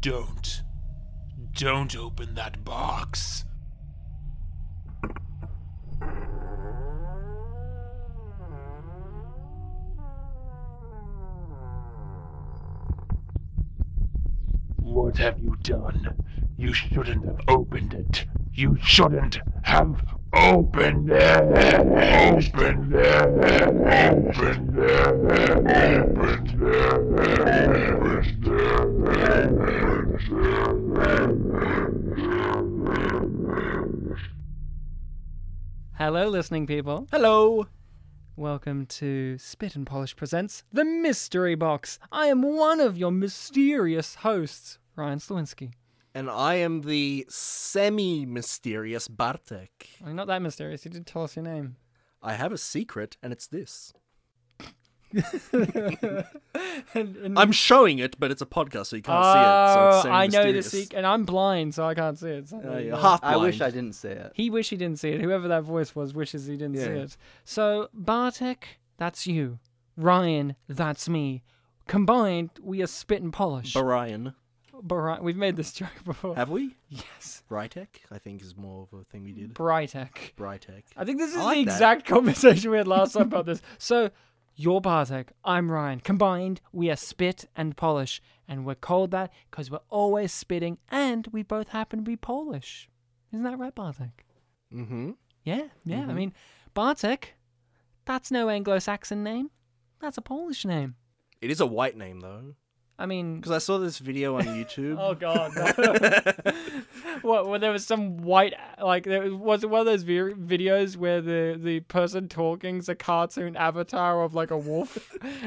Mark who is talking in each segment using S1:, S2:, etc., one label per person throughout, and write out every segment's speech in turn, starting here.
S1: Don't. Don't open that box. What have you done? You shouldn't have opened it. You shouldn't have opened it. Opened it. Opened it. Opened it. Opened it.
S2: Hello, listening people.
S3: Hello.
S2: Welcome to Spit and Polish Presents The Mystery Box. I am one of your mysterious hosts, Ryan Slawinski.
S3: And I am the semi mysterious Bartek.
S2: Well, you're not that mysterious, you did tell us your name.
S3: I have a secret, and it's this.
S2: And, and
S3: I'm showing it, but it's a podcast, so you can't see it.
S2: oh,
S3: So it's
S2: I know the
S3: semi-mysterious.
S2: secret, and I'm blind, so I can't see it. so there
S3: Uh,
S2: you
S3: you're
S2: go.
S3: half
S4: I wish I
S3: blind.
S4: didn't say it.
S2: He wish he didn't see it. Whoever that voice was wishes he didn't see
S4: Yeah.
S2: it. So Bartek, that's you. Ryan, that's me. Combined, we are spit and polish.
S3: Barian,
S2: Bri- we've made this joke before.
S3: have we?
S2: yes.
S3: Brytek, I think is more of a thing we did.
S2: Brytek.
S3: Brytek.
S2: I think this is
S3: I like
S2: the
S3: that.
S2: exact conversation we had last time about this. So you're Bartek, I'm Ryan. Combined, we are spit and polish. And we're called that because we're always spitting and we both happen to be Polish. Isn't that right, Bartek?
S3: Mm-hmm.
S2: Yeah, yeah. I mean, Bartek, that's no Anglo Saxon name. That's a Polish name.
S3: It is a white name though,
S2: I mean,
S3: because I saw this video on YouTube.
S2: oh god, no. what? Well, there was some white, like there was, was it one of those vi- videos where the the person talking's a cartoon avatar of like a wolf,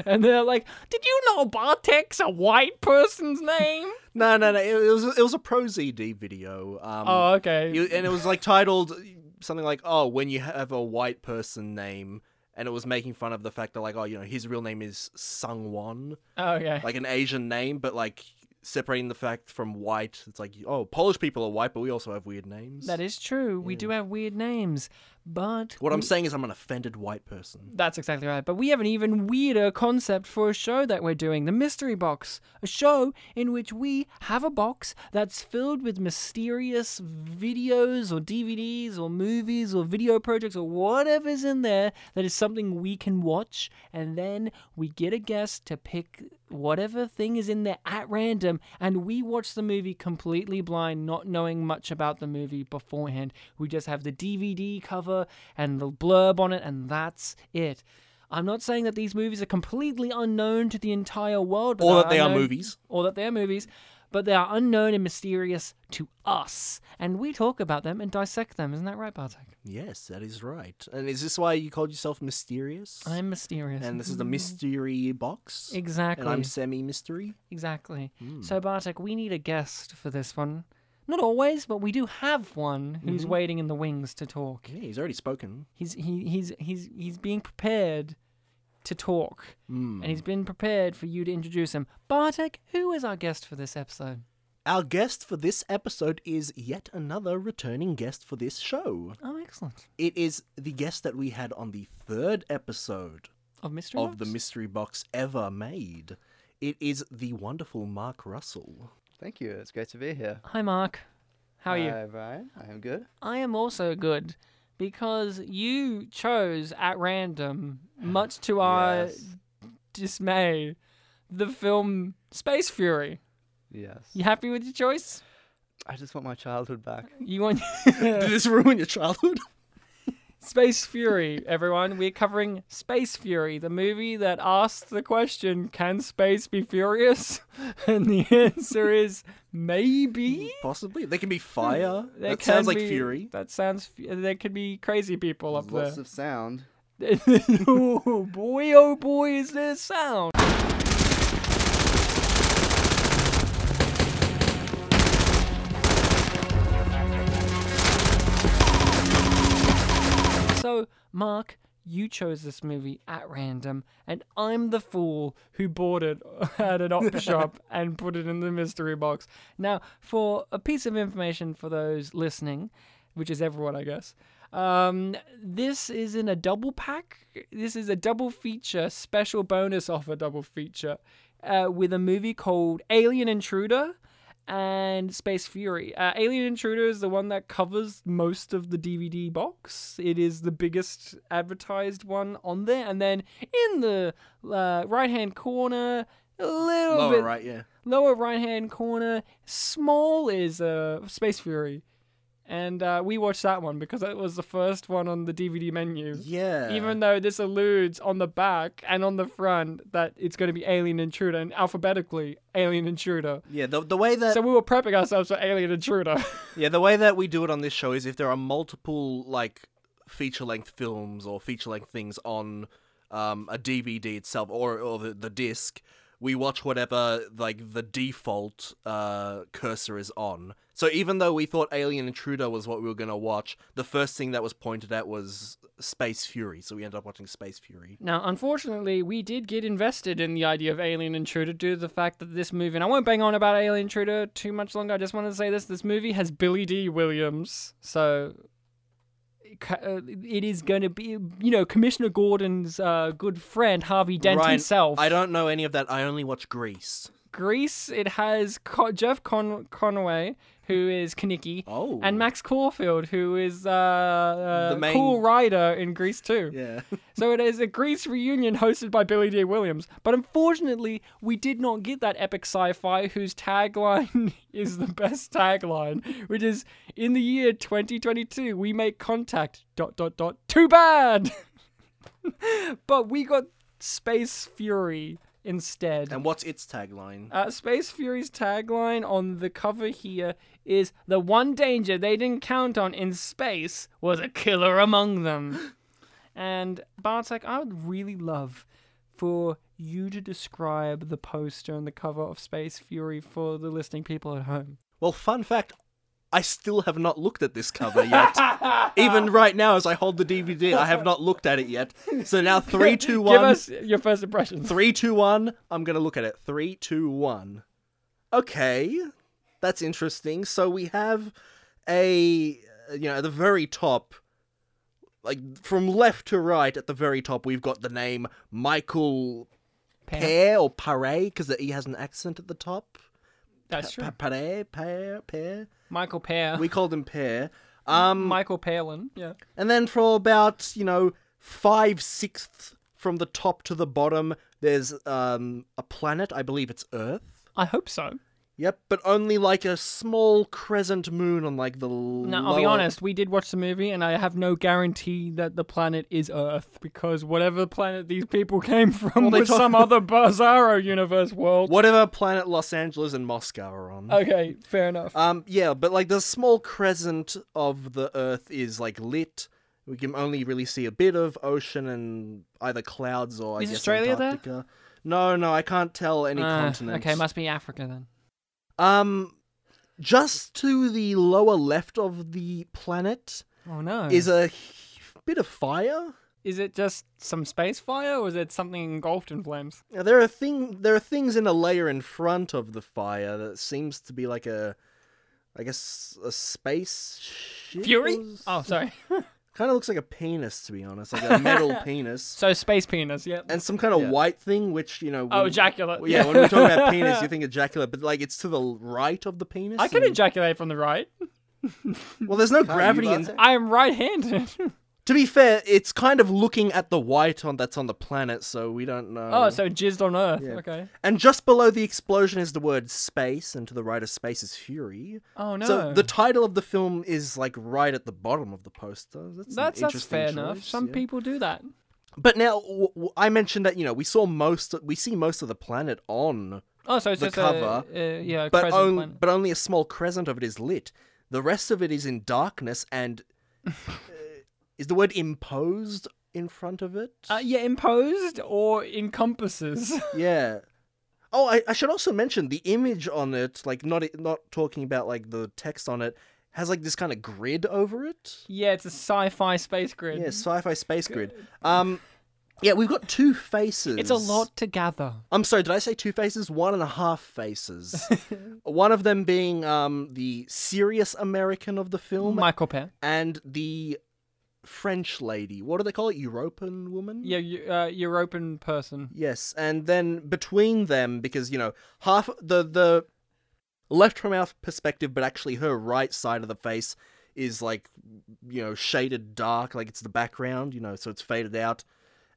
S2: and they're like, "Did you know Bartek's a white person's name?"
S3: No, no, no. It, it was it was a pro ZD video. Um,
S2: oh, okay.
S3: You, and it was like titled something like, "Oh, when you have a white person name," and it was making fun of the fact that, like, oh, you know, his real name is Sung Won,
S2: oh, okay.
S3: like an Asian name, but like separating the fact from white, it's like, oh, Polish people are white, but we also have weird names.
S2: that is true. We do have weird names, but
S3: what I'm saying is, I'm an offended white person.
S2: That's exactly right. But we have an even weirder concept for a show that we're doing the Mystery Box, a show in which we have a box that's filled with mysterious videos or DVDs or movies or video projects or whatever's in there that is something we can watch. And then we get a guest to pick whatever thing is in there at random and we watch the movie completely blind not knowing much about the movie beforehand we just have the dvd cover and the blurb on it and that's it i'm not saying that these movies are completely unknown to the entire world but
S3: Or that they are
S2: unknown-
S3: movies.
S2: or that they are movies but they are unknown and mysterious to us and we talk about them and dissect them isn't that right bartek
S3: Yes, that is right. And is this why you called yourself mysterious?
S2: i'm mysterious
S3: And this is the mystery box.
S2: exactly
S3: And I'm semi mystery.
S2: Exactly.
S3: Hmm.
S2: So Bartek, we need a guest for this one. Not always, but we do have one who's
S3: Mm-hmm.
S2: waiting in the wings to talk.
S3: Yeah, he's already spoken.
S2: He's he, he's he's he's being prepared to talk,
S3: Hmm.
S2: and he's been prepared for you to introduce him. Bartek, who is our guest for this episode?
S3: Our guest for this episode is yet another returning guest for this show.
S2: Oh, excellent.
S3: It is the guest that we had on the third episode
S2: Of mystery.
S3: of the
S2: Box?
S3: mystery box ever made. It is the wonderful Mark Russell.
S4: Thank you. It's great to be here.
S2: Hi, Mark. How are you?
S3: Uh,
S4: Hi, Ryan. I am good.
S2: I am also good because you chose at random, much to our
S4: Yes.
S2: dismay, the film Space Fury.
S4: Yes.
S2: You happy with your choice?
S4: I just want my childhood back.
S2: You want
S3: Did this ruin your childhood?
S2: Space Fury, everyone. We're covering Space Fury, the movie that asks the question, can space be furious? And the answer is maybe.
S3: Possibly. There can be fire.
S2: Hmm. There
S3: that sounds
S2: can
S3: like
S2: be-
S3: fury.
S2: That sounds. fu- There could be crazy people up
S4: Lots
S2: there.
S4: of sound.
S2: oh boy, oh boy, is there sound? So, Mark, you chose this movie at random, and I'm the fool who bought it at an op shop and put it in the mystery box. Now, for a piece of information for those listening, which is everyone, I guess. Um, this is in a double pack. This is a double feature, special bonus offer double feature, uh, with a movie called Alien Intruder and Space Fury. Uh, Alien Intruder is the one that covers most of the DVD box. It is the biggest advertised one on there. And then in the uh, right hand corner, a little
S3: Lower
S2: bit
S3: right, yeah.
S2: lower right hand corner, small is uh, Space Fury. And uh, we watched that one because that was the first one on the DVD menu.
S3: Yeah.
S2: Even though this alludes on the back and on the front that it's going to be Alien Intruder and alphabetically Alien Intruder.
S3: yeah, the, the way that
S2: So we were prepping ourselves for Alien Intruder.
S3: yeah, the way that we do it on this show is if there are multiple like feature length films or feature length things on um, a DVD itself or or the, the disc, we watch whatever like the default uh, cursor is on. So even though we thought Alien Intruder was what we were gonna watch, the first thing that was pointed at was Space Fury. So we ended up watching Space Fury.
S2: now, unfortunately, we did get invested in the idea of Alien Intruder due to the fact that this movie, and I won't bang on about Alien Intruder too much longer, I just wanted to say this this movie has Billy D. Williams. So it ca- uh, it is going to be, you know, Commissioner Gordon's uh, good friend, Harvey Dent
S3: Ryan,
S2: himself.
S3: I don't know any of that. I only watch Grease.
S2: Greece, it has Co- Jeff Con- Conway, who is Kaniki,
S3: Oh.
S2: and Max Caulfield, who is uh, uh,
S3: The main-
S2: Cool Rider in Greece too.
S3: Yeah.
S2: So it is a Greece reunion hosted by Billy D. Williams. But unfortunately, we did not get that epic sci fi whose tagline is the best tagline, which is In the year 2022, we make contact. Dot, dot, dot. Too bad! but we got Space Fury instead.
S3: and what's its tagline?
S2: Uh, Space Fury's tagline on the cover here is The one danger they didn't count on in space was a killer among them. and Bartek, I would really love for you to describe the poster and the cover of Space Fury for the listening people at home.
S3: Well, fun fact, I still have not looked at this cover yet. Even right now, as I hold the DVD, I have not looked at it yet. So now, three, two, one,
S2: Give us your first impressions.
S3: three, two, one. I'm gonna look at it. Three, two, one. Okay, that's interesting. So we have a, you know, at the very top, like from left to right, at the very top, we've got the name Michael Pear or Pare, because the E has an accent at the top.
S2: That's true.
S3: Pa- Pare, Pear, Pear.
S2: Michael Pear.
S3: We called him Pear. Um,
S2: Michael Palin. Yeah.
S3: and then for about, you know, five sixths from the top to the bottom, there's um, a planet. I believe it's Earth.
S2: I hope so.
S3: Yep, but only like a small crescent moon on like the.
S2: No, I'll be
S3: lower-
S2: honest. We did watch the movie, and I have no guarantee that the planet is Earth because whatever planet these people came from
S3: they
S2: was
S3: talk-
S2: some other Bizarro universe world.
S3: Whatever planet Los Angeles and Moscow are on.
S2: Okay, fair enough.
S3: Um, yeah, but like the small crescent of the Earth is like lit. We can only really see a bit of ocean and either clouds or I
S2: Is
S3: guess
S2: Australia there?
S3: Antarctica. No, no, I can't tell any
S2: Uh,
S3: continent.
S2: Okay, must be Africa then.
S3: Um, just to the lower left of the planet
S2: Oh no.
S3: is a h- bit of fire.
S2: Is it just some space fire, or is it something engulfed in flames?
S3: Now, there are thing there are things in a layer in front of the fire that seems to be like a, I guess a space ship
S2: Fury?
S3: or s-
S2: Oh, sorry.
S3: kind of looks like a penis to be honest, like a metal penis.
S2: so space penis. Yeah.
S3: And some kind of
S4: Yeah.
S3: white thing, which you know.
S2: Oh,
S3: when-
S2: ejaculate.
S3: Yeah, when we talk about penis, you think ejaculate, but like it's to the right of the penis.
S2: I can
S3: and-
S2: ejaculate from the right.
S3: Well, there's no
S4: Can't you,
S3: gravity in
S4: Bartek?
S2: I am right-handed.
S3: Oh, To be fair, it's kind of looking at the white on that's on the planet, so we don't know.
S2: oh, so jizzed on Earth. Okay.
S3: and just below the explosion is the word space, and to the right of space is fury.
S2: Oh no.
S3: So the title of the film is like right at the bottom of the poster. That's an
S2: that's that's
S3: interesting
S2: fair
S3: choice,
S2: enough. Some
S3: yeah.
S2: people do that.
S3: But now w- w- I mentioned that you know we saw most we see most of the planet on,
S2: Oh, so it's
S3: the
S2: just
S3: cover,
S2: a, uh, yeah, a
S3: but
S2: crescent
S3: on-
S2: planet.
S3: but only a small crescent of it is lit. The rest of it is in darkness, and uh, is the word imposed in front of it?
S2: Uh, yeah, imposed or encompasses.
S3: Yeah. Oh, I, I should also mention the image on it, like not not talking about like the text on it, has like this kind of grid over it.
S2: yeah, it's a sci-fi space grid.
S3: Yeah, sci-fi space grid. Um, yeah, we've got two faces.
S2: it's a lot to gather.
S3: I'm sorry, did I say two faces? One and a half faces. One of them being um the serious American of the film
S2: Michael Pear.
S3: and the French lady. What do they call it? European woman.
S2: Yeah, you, uh, European person.
S3: Yes, and then between them, because you know half the the left from our perspective, but actually her right side of the face is like, you know, shaded dark, like it's the background, you know, so it's faded out.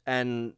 S3: And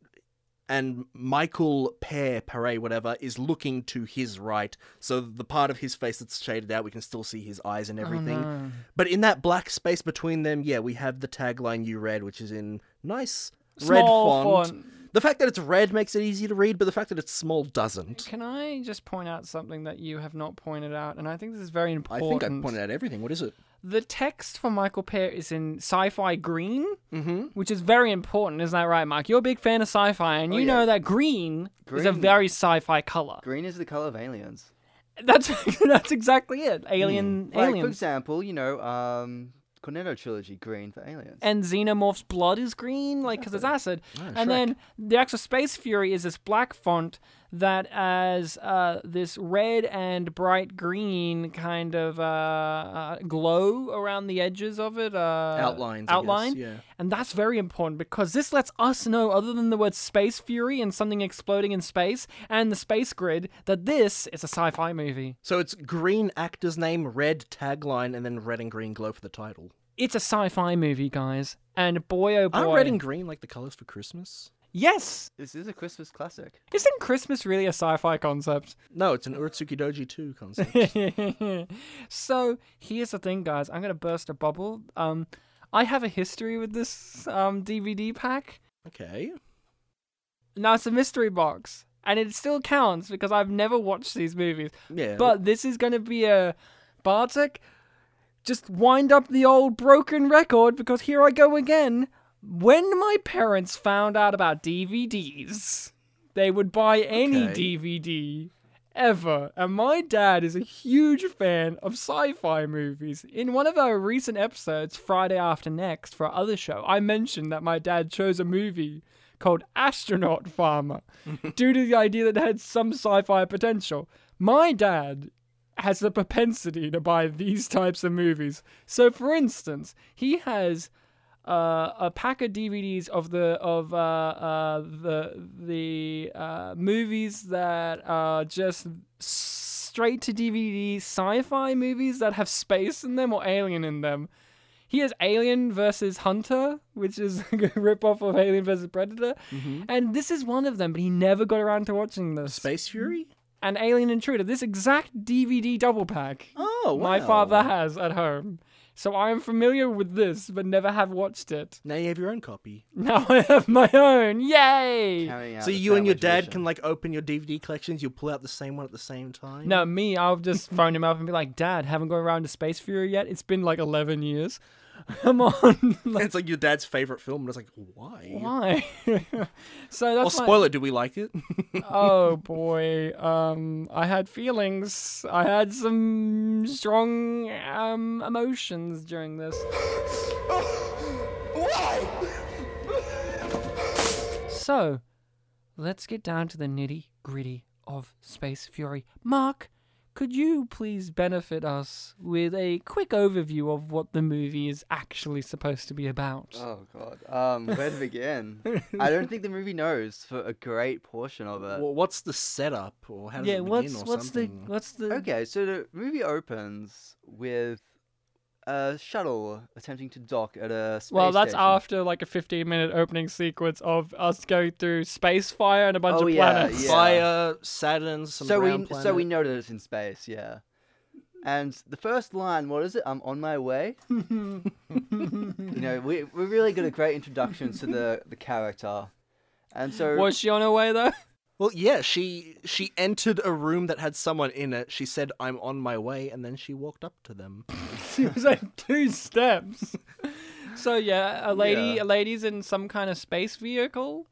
S3: and Michael Pear, Pare, whatever, is looking to his right. So the part of his face that's shaded out, we can still see his eyes and everything.
S2: Oh, no.
S3: But in that black space between them, yeah, we have the tagline you read, which is in nice red
S2: Small
S3: font.
S2: font.
S3: The fact that it's red makes it easy to read, but the fact that it's small doesn't.
S2: Can I just point out something that you have not pointed out? And I think this is very
S3: I
S2: important.
S3: think I pointed out everything. What is it?
S2: The text for Michael Pear is in sci fi green,
S3: Mm-hmm.
S2: which is very important. Isn't that right, Mark? You're a big fan of sci fi, and you
S3: Oh, yeah.
S2: know that green, is a
S4: Green.
S2: very sci fi color.
S4: Green is the color of aliens.
S2: That's that's exactly it.
S3: Hmm.
S2: Alien,
S4: Like, for
S2: aliens.
S4: example, you know, um, Cornetto trilogy, green for aliens.
S2: and Xenomorph's blood is green, like because it's acid. and then the actual Space Fury is this black font that has uh, this red and bright green kind of uh, uh, glow around the edges of it. Uh,
S3: Outlines. I guess,
S2: Outline.
S3: Yeah.
S2: And that's very important because this lets us know, other than the word space fury and something exploding in space and the space grid, that this is a sci fi movie.
S3: So it's green actor's name, red tagline, and then red and green glow for the title.
S2: It's a sci fi movie, guys. And boy, oh boy.
S3: Aren't red and green like the colors for Christmas?
S2: Yes!
S4: This is a Christmas classic.
S2: Isn't Christmas really a sci fi concept?
S3: No, it's an Urtsuki Doji 2 concept.
S2: so here's the thing, guys. I'm gonna burst a bubble. Um, I have a history with this um DVD pack.
S3: okay.
S2: Now it's a mystery box, and it still counts because I've never watched these movies.
S3: Yeah.
S2: But this is gonna be a Bartek. Just wind up the old broken record because here I go again. When my parents found out about DVDs, they would buy any
S3: Okay.
S2: DVD ever. And my dad is a huge fan of sci fi movies. In one of our recent episodes, Friday After Next, for our other show, I mentioned that my dad chose a movie called Astronaut Farmer due to the idea that it had some sci fi potential. My dad has the propensity to buy these types of movies. So, for instance, he has uh, a pack of DVDs of the of uh, uh, the the uh, movies that are just straight to DVD sci-fi movies that have space in them or alien in them. He has Alien versus Hunter, which is a rip-off of Alien versus Predator, and this is one of them. But he never got around to watching this.
S3: Space Fury?
S2: and Alien Intruder, this exact DVD double pack
S3: Oh,
S2: my
S3: wow.
S2: father has at home. So I am familiar with this, but never have watched it.
S3: Now you have your own copy.
S2: Now I have my own. Yay!
S4: Carrying out
S3: so
S4: the
S3: you and your
S4: sandwich
S3: dad
S4: mission.
S3: can like open your DVD collections. You pull out the same one at the same time.
S2: No, me, I'll just phone him up and be like, Dad, haven't gone around to Space Fury yet? It's been like 11 years. Come on. like,
S3: it's like your dad's favorite film, and it's like, why?
S2: why? so
S3: Well,
S2: that's my-
S3: spoiler, do we like it?
S2: oh boy um i had feelings i had some strong um emotions during this so let's get down to the nitty gritty of space fury mark could you please benefit us with a quick overview of what the movie is actually supposed to be about?
S3: Uh,
S4: Oh god. Um, where to begin? I don't think the movie knows for a great portion of it.
S3: well, what's the setup, or how does
S2: yeah,
S3: it begin,
S2: what's
S3: or
S2: what's
S3: something?
S2: the what's the
S4: Okay, so the movie opens with a shuttle attempting to dock at a space
S2: Well, that's
S4: station.
S2: after like a 15 minute opening sequence of us going through space fire and a bunch
S4: Oh,
S2: of
S4: yeah,
S2: planets.
S4: yeah.
S3: Fire, Saturn, some
S4: so we
S3: brown
S4: so we
S3: planet.
S4: know that it's in space, yeah. And the first line, what is it? I'm on my way. you know, we we really got a great introduction to the the character, and so
S2: Was she on her way though?
S3: Well, yeah, she she entered a room that had someone in it. She said, "I'm on my way," and then she walked up to them.
S2: she was like two steps. so yeah, a lady,
S4: Yeah.
S2: a lady's in some kind of space vehicle.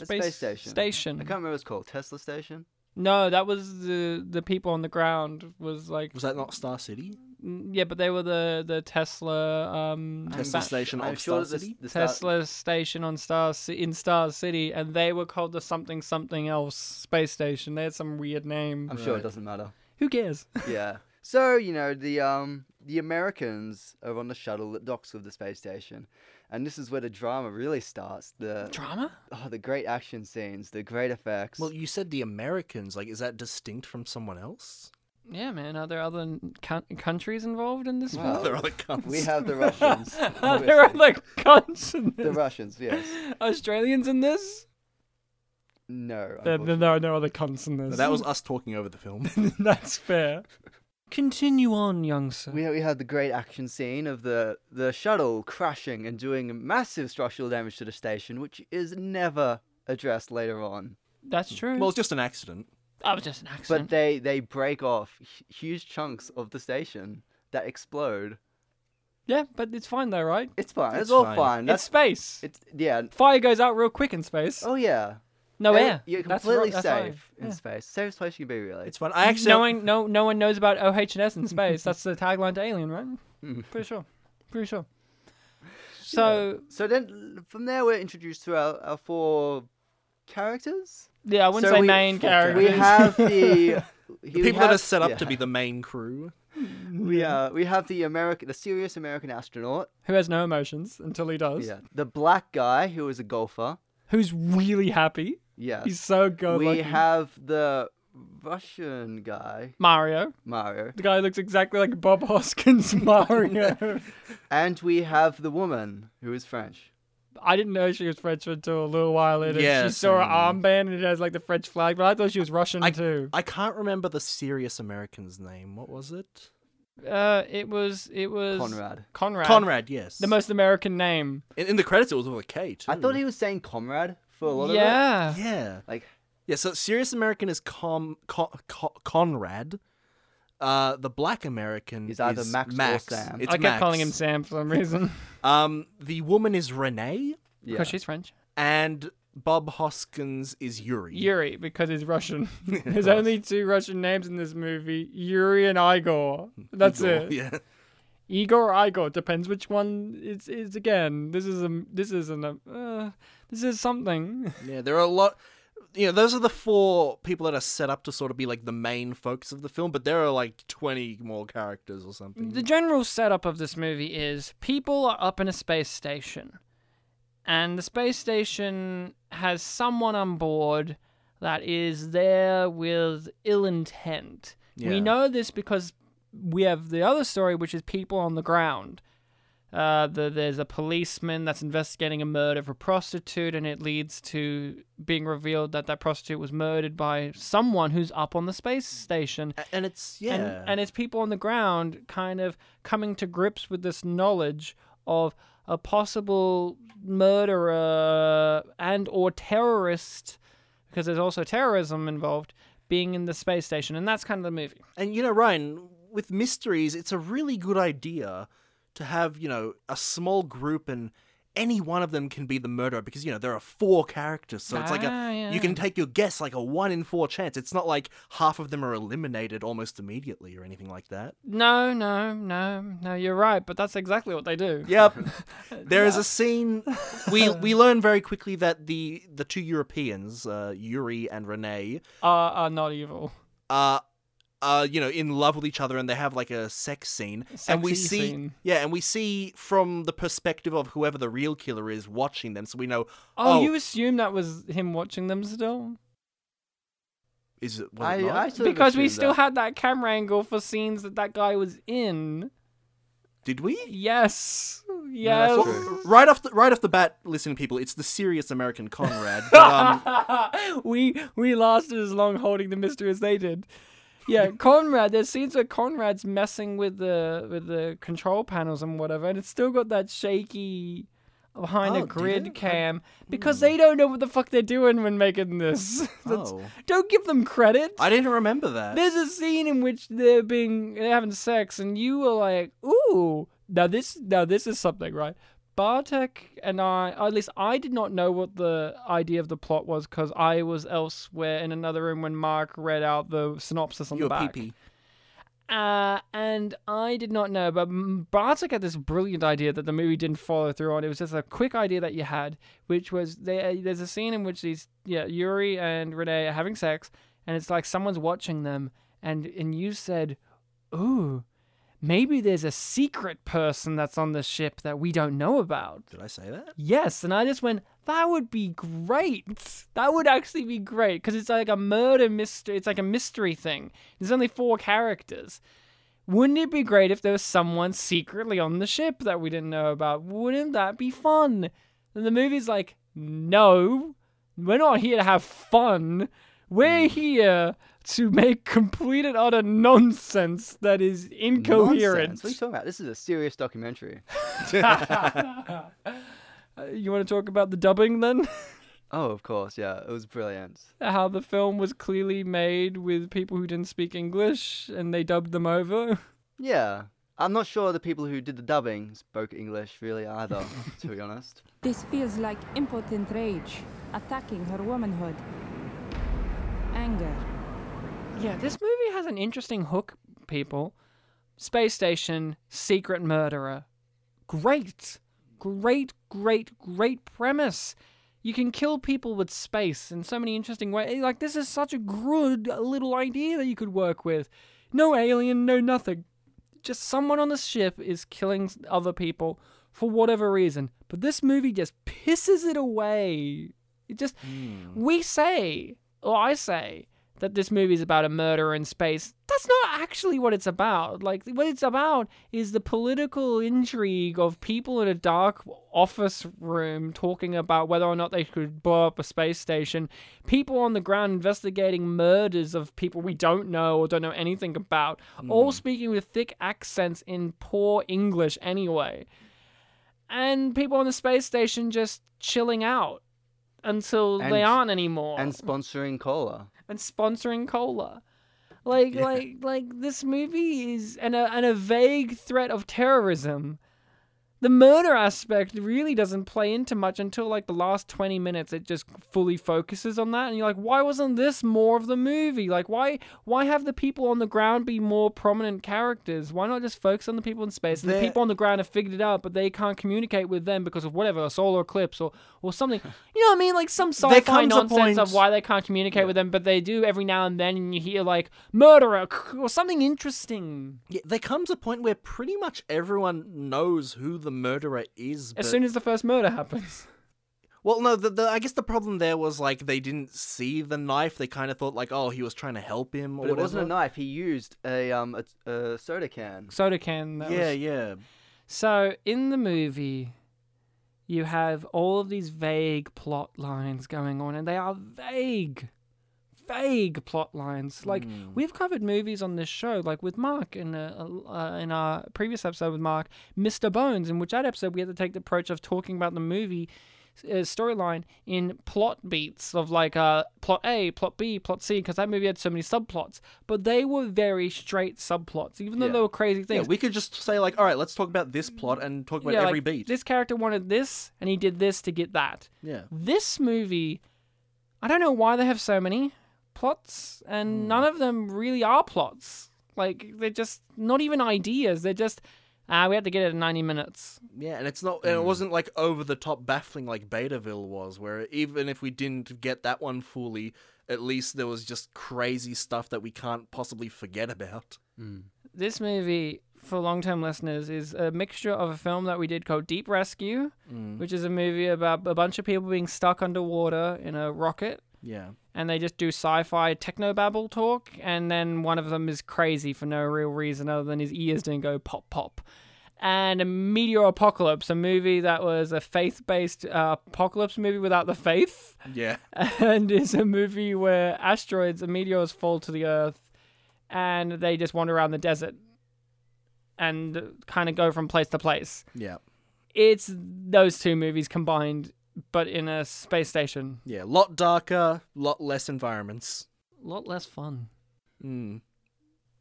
S4: a space station. I
S2: Station.
S4: can't remember what it's called. Tesla station.
S2: No, that was the the people on the ground was like
S3: Was that not Star City?
S2: mm, yeah, but they were the the Tesla um
S3: Tesla
S2: ba-
S3: station
S4: I'm
S3: of
S4: sure that
S3: Star
S4: this-
S3: City.
S4: the Star-
S2: Tesla station on Star Ci- in Star City, and they were called the something something else space station. They had some weird name.
S4: I'm sure
S3: Right.
S4: it doesn't matter.
S2: Who cares?
S4: yeah. So you know the um the Americans are on the shuttle that docks with the space station, and this is where the drama really starts. The
S2: Drama?
S4: oh, the great action scenes, the great effects.
S3: Well, you said the Americans. Like, is that distinct from someone else?
S2: Yeah, man. Are there other n- coun countries involved in this
S4: Well,
S2: film?
S3: There are other cunts.
S4: We have the Russians.
S2: Are there
S4: obviously.
S2: other continents?
S4: the Russians, yes.
S2: Australians in this?
S4: No.
S5: There, there, there are no other consonants.
S3: That was us talking over the film.
S5: That's fair.
S2: Continue on, young sir.
S4: We, we had the great action scene of the, the shuttle crashing and doing massive structural damage to the station, which is never addressed later on.
S2: That's true.
S3: well, it's just an accident.
S2: that was just an
S4: But
S2: accident.
S4: they, they break off hu- huge chunks of the station that explode.
S2: yeah, but it's fine though, right?
S4: It's fine. It's,
S3: It's
S4: all
S3: fine.
S4: fine.
S2: It's
S4: That's
S2: space.
S4: it's yeah.
S2: Fire goes out real quick in space.
S4: Oh yeah.
S2: no
S4: And
S2: air.
S4: You're
S2: That's
S4: completely
S2: right, that's right.
S4: safe in
S2: Yeah.
S4: space. Safest place you can be, really.
S3: It's fun. I actually
S2: no one, no, no one knows about OHS in space. That's the tagline to Alien, right?
S4: Hmm.
S2: Pretty sure. Pretty sure. So
S4: So then, from there, we're introduced to our, our four characters.
S2: yeah, I wouldn't
S4: So
S2: say
S4: we-
S2: main characters.
S4: We have the,
S3: the people that are set up to be the main crew.
S4: We, uh, we have the American, the serious American astronaut.
S5: Who has no emotions until he does?
S4: Yeah. The black guy who is a golfer.
S5: Who's really happy?
S4: Yes.
S5: He's so good.
S4: we
S5: looking.
S4: have the Russian guy
S2: Mario.
S4: Mario,
S5: the guy who looks exactly like Bob Hoskins Mario.
S4: and we have the woman who is French.
S5: I didn't know she was French until a little while later. she
S3: Yes,
S5: saw her
S3: um,
S5: armband and it has like the French flag, but I thought she was Russian
S3: I-
S5: too.
S3: I can't remember the serious American's name. What was it?
S2: Uh, it was it was
S4: Conrad.
S2: Conrad.
S3: Conrad. Yes.
S5: The most American name.
S3: in, in the credits, it was with a K too.
S4: I thought he was saying comrade for a lot of it.
S2: Yeah.
S3: Yeah.
S4: Like
S3: Yeah. So serious American is Com, Con, Con, Conrad. Uh, the black American
S4: He's either
S3: is
S4: Max or
S3: Max.
S4: Sam.
S3: It's
S5: I kept
S3: Max.
S5: calling him Sam for some reason.
S3: Um, the woman is Renee,
S4: yeah.
S2: Because she's French.
S3: and Bob Hoskins is Yuri.
S5: Yuri, because he's Russian. There's only two Russian names in this movie Yuri and Igor. That's
S3: Igor,
S5: it.
S3: Yeah.
S5: Igor or Igor depends which one is is again. This is a this is an uh, this is something.
S3: Yeah, there are a lot. You know, those are the four people that are set up to sort of be like the main focus of the film, but there are like 20 more characters or something.
S2: The general setup of this movie is people are up in a space station, and the space station has someone on board that is there with ill intent.
S3: Yeah.
S2: We know this because we have the other story, which is people on the ground. Uh, the, there's a policeman that's investigating a murder of a prostitute, and it leads to being revealed that that prostitute was murdered by someone who's up on the space station.
S3: A- and it's, yeah.
S2: And, and it's people on the ground kind of coming to grips with this knowledge of a possible murderer and or terrorist because there's also terrorism involved being in the space station and that's kind of the movie.
S3: And you know, Ryan, with mysteries, it's a really good idea to have, you know, a small group and any one of them can be the murderer because, you know, there are four characters. So it's like a
S2: Ah, yeah.
S3: you can take your guess like a one in four chance. It's not like half of them are eliminated almost immediately or anything like that.
S2: No, no, no, no, you're right, but that's exactly what they do.
S3: Yep. there is a scene we we learn very quickly that the the two Europeans, uh, Yuri and Renee,
S2: Are, are not evil.
S3: are are uh, you know in love with each other and they have like a sex scene and we
S2: Sexy
S3: see
S2: scene.
S3: yeah and we see from the perspective of whoever the real killer is watching them so we know
S2: Oh,
S3: oh,
S2: you assume that was him watching them still?
S3: is it, was
S4: I,
S3: it not?
S4: I sort of
S2: Because we
S4: assumed
S2: still
S4: that.
S2: had that camera angle for scenes that that guy was in.
S3: did we
S2: Yes. Yes.
S4: that's
S3: Well,
S4: true.
S3: right off the right off the bat listen people it's the serious American Conrad but, um,
S2: we we lasted as long holding the mystery as they did. Yeah, Conrad. There's scenes where Conrad's messing with the with the control panels and whatever, and it's still got that shaky behind
S3: Oh,
S2: the
S3: did
S2: grid
S3: it? I- Hmm.
S2: cam because they don't know what the fuck they're doing when making this. That's-
S3: oh.
S2: Don't give them credit.
S3: I didn't remember that
S2: There's a scene in which they're being they're having sex, and you were like, "Ooh, now this now this is something, right?" Bartek and I, or at least I did not know what the idea of the plot was because I was elsewhere in another room when Mark read out the synopsis on
S3: your
S2: the back.
S3: PP
S2: Uh, and I did not know, but M- Bartek had this brilliant idea that the movie didn't follow through on. It was just a quick idea that you had, which was there, there's a scene in which these yeah Yuri and Renee are having sex, and it's like someone's watching them, and and you said, "Ooh, maybe there's a secret person that's on the ship that we don't know about.
S3: Did I say that?
S2: Yes, and I just went, that would be great. That would actually be great because it's like a murder mystery. It's like a mystery thing. There's only four characters. Wouldn't it be great if there was someone secretly on the ship that we didn't know about? Wouldn't that be fun? And the movie's like, no, we're not here to have fun. We're here to make complete and utter nonsense that is incoherent.
S4: Nonsense. What are you talking about? This is a serious documentary.
S2: Uh, you want to talk about the dubbing then?
S4: Oh, of course, yeah, it was brilliant.
S2: how the film was clearly made with people who didn't speak English and they dubbed them over.
S4: Yeah, I'm not sure the people who did the dubbing spoke English really either, to be honest.
S6: This feels like impotent rage, attacking her womanhood. Anger.
S2: Yeah, this movie has an interesting hook, people. Space station, secret murderer. Great. Great, great, great premise. You can kill people with space in so many interesting ways. Eh, Like, this is such a good little idea that you could work with. No alien, no nothing. Just someone on the ship is killing s- other people for whatever reason. But this movie just pisses it away. It just. We say, or I say, that this movie is about a murder in space. That's not actually what it's about. Like, what it's about is the political intrigue of people in a dark office room talking about whether or not they could blow up a space station, people on the ground investigating murders of people we don't know or don't know anything about, all speaking with thick accents in poor English anyway. And people on the space station just chilling out until
S4: And-
S2: they aren't anymore
S4: And sponsoring cola.
S2: and sponsoring cola. Like like like this movie is and a and a vague threat of terrorism. The murder aspect really doesn't play into much until like the last 20 minutes it just fully focuses on that and you're like why wasn't this more of the movie? Like why why have the people on the ground be more prominent characters? Why not just focus on the people in space? And the
S4: There-
S2: people on the ground have figured it out but they can't communicate with them because of whatever a solar eclipse or or something. You know what I mean? Like some
S3: There
S2: sci-fi
S3: comes a
S2: nonsense
S3: point-
S2: of why they can't communicate with them, but they do every now and then. And you hear like murderer or something interesting
S3: Yeah, there comes a point where pretty much everyone knows who the murderer is. But...
S2: as soon as the first murder happens.
S3: well, no, the, the I guess the problem there was like they didn't see the knife. They kind of thought like, oh, he was trying to help him or
S4: But it
S3: whatever.
S4: wasn't a knife. He used a um a, a soda can.
S2: Soda can. That
S3: Yeah,
S2: was-
S3: yeah.
S2: So in the movie, you have all of these vague plot lines going on, and they are vague, vague plot lines. Like we've covered movies on this show, like with Mark in a, uh, in our previous episode with Mark, Mr. Bones, in which that episode we had to take the approach of talking about the movie uh, storyline in plot beats of like uh, plot A, plot B, plot C, because that movie had so many subplots, but they were very straight subplots, even though
S4: Yeah.
S2: they were crazy
S3: Yeah,
S2: things.
S3: we could just say like, all right, let's talk about this plot and talk about every
S2: like,
S3: beat.
S2: This character wanted this, and he did this to get that.
S3: Yeah.
S2: This movie, I don't know why they have so many plots, and
S3: Hmm.
S2: none of them really are plots. Like they're just not even ideas. They're just ah, we have to get it in ninety minutes.
S3: Yeah, and it's not, and it wasn't like over the top baffling like Betaville was, where even if we didn't get that one fully, at least there was just crazy stuff that we can't possibly forget about.
S2: This movie, for long-term listeners, is a mixture of a film that we did called Deep Rescue, which is a movie about a bunch of people being stuck underwater in a rocket.
S3: Yeah,
S2: and they just do sci-fi technobabble talk and then one of them is crazy for no real reason other than his ears didn't go pop pop and a meteor apocalypse a movie that was a faith-based uh, apocalypse movie without the faith
S3: yeah,
S2: and it's a movie where asteroids and meteors fall to the earth and they just wander around the desert and kind of go from place to place
S3: yeah,
S2: it's those two movies combined but in a space station
S3: yeah. Lot darker, lot less environments.
S2: a lot less fun
S3: Mm.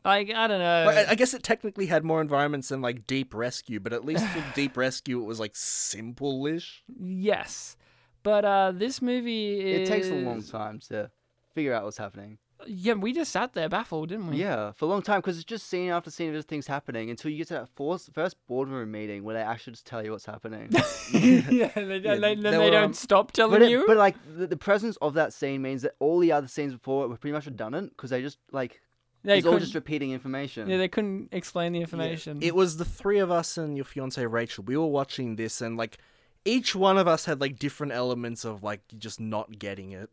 S2: like i don't know
S4: uh,
S3: Like, I, I guess it technically had more environments than like Deep Rescue, but at least with Deep Rescue it was like simple-ish.
S4: Mm-hmm.
S2: Yes. But uh, this movie
S4: It
S2: is...
S4: takes a long time to figure out what's happening.
S2: Yeah, we just sat there baffled, didn't we?
S4: Yeah, for a long time because it's just scene after scene of just things happening until you get to that first, first boardroom meeting where they actually just tell you what's happening.
S2: yeah, they,
S3: Yeah,
S2: they, they,
S3: there were,
S2: don't
S3: um,
S2: stop telling
S4: but, it-
S2: you.
S4: but like the, the presence of that scene means that all the other scenes before it were pretty much redundant because they just like
S2: They
S4: it's all
S2: couldn't,
S4: just repeating information.
S2: yeah, they couldn't explain the information.
S3: It was the three of us and your fiance Rachel. We were watching this, and like each one of us had like different elements of like just not getting it.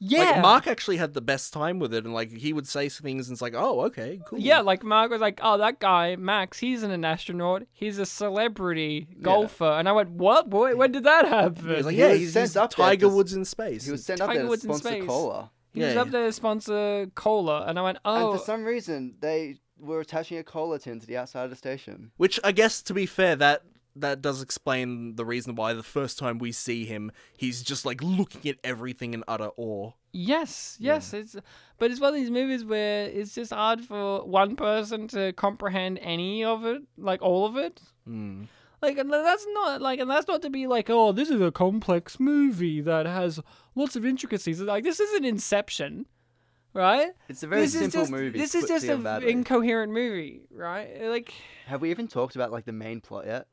S2: yeah.
S3: Like Mark actually had the best time with it, and like he would say some things, and it's like, oh, okay, cool.
S2: Yeah, like Mark was like, "Oh, that guy Max, he's an astronaut. He's a celebrity golfer." And I went, "What? Boy, when did that happen?"
S3: He was like,
S4: He
S3: yeah,
S4: was
S3: he's,
S4: sent
S3: he's
S4: up there
S3: Tiger
S4: 'cause
S3: Woods in space.
S4: he was sent up
S2: Tiger
S4: there to
S2: Woods in
S4: sponsor
S2: space.
S4: cola,
S2: he was
S3: yeah,
S2: up
S3: yeah.
S2: there to sponsor cola, and I went, "Oh,
S4: and for some reason they were attaching a cola tin to the outside of the station.
S3: Which I guess, to be fair, that that does explain the reason why the first time we see him, he's just like looking at everything in utter awe.
S2: Yes, yes, it's but it's one of these movies where it's just hard for one person to comprehend any of it, like all of it.
S3: Mm.
S2: Like and that's not like and that's not to be like, oh, this is a complex movie that has lots of intricacies. It's Like this is an Inception, right?
S4: It's a very
S2: this
S4: simple
S2: is just,
S4: movie.
S2: This is
S4: put
S2: just
S4: together
S2: an
S4: badly.
S2: incoherent movie, right? Like
S4: Have we even talked about like the main plot yet?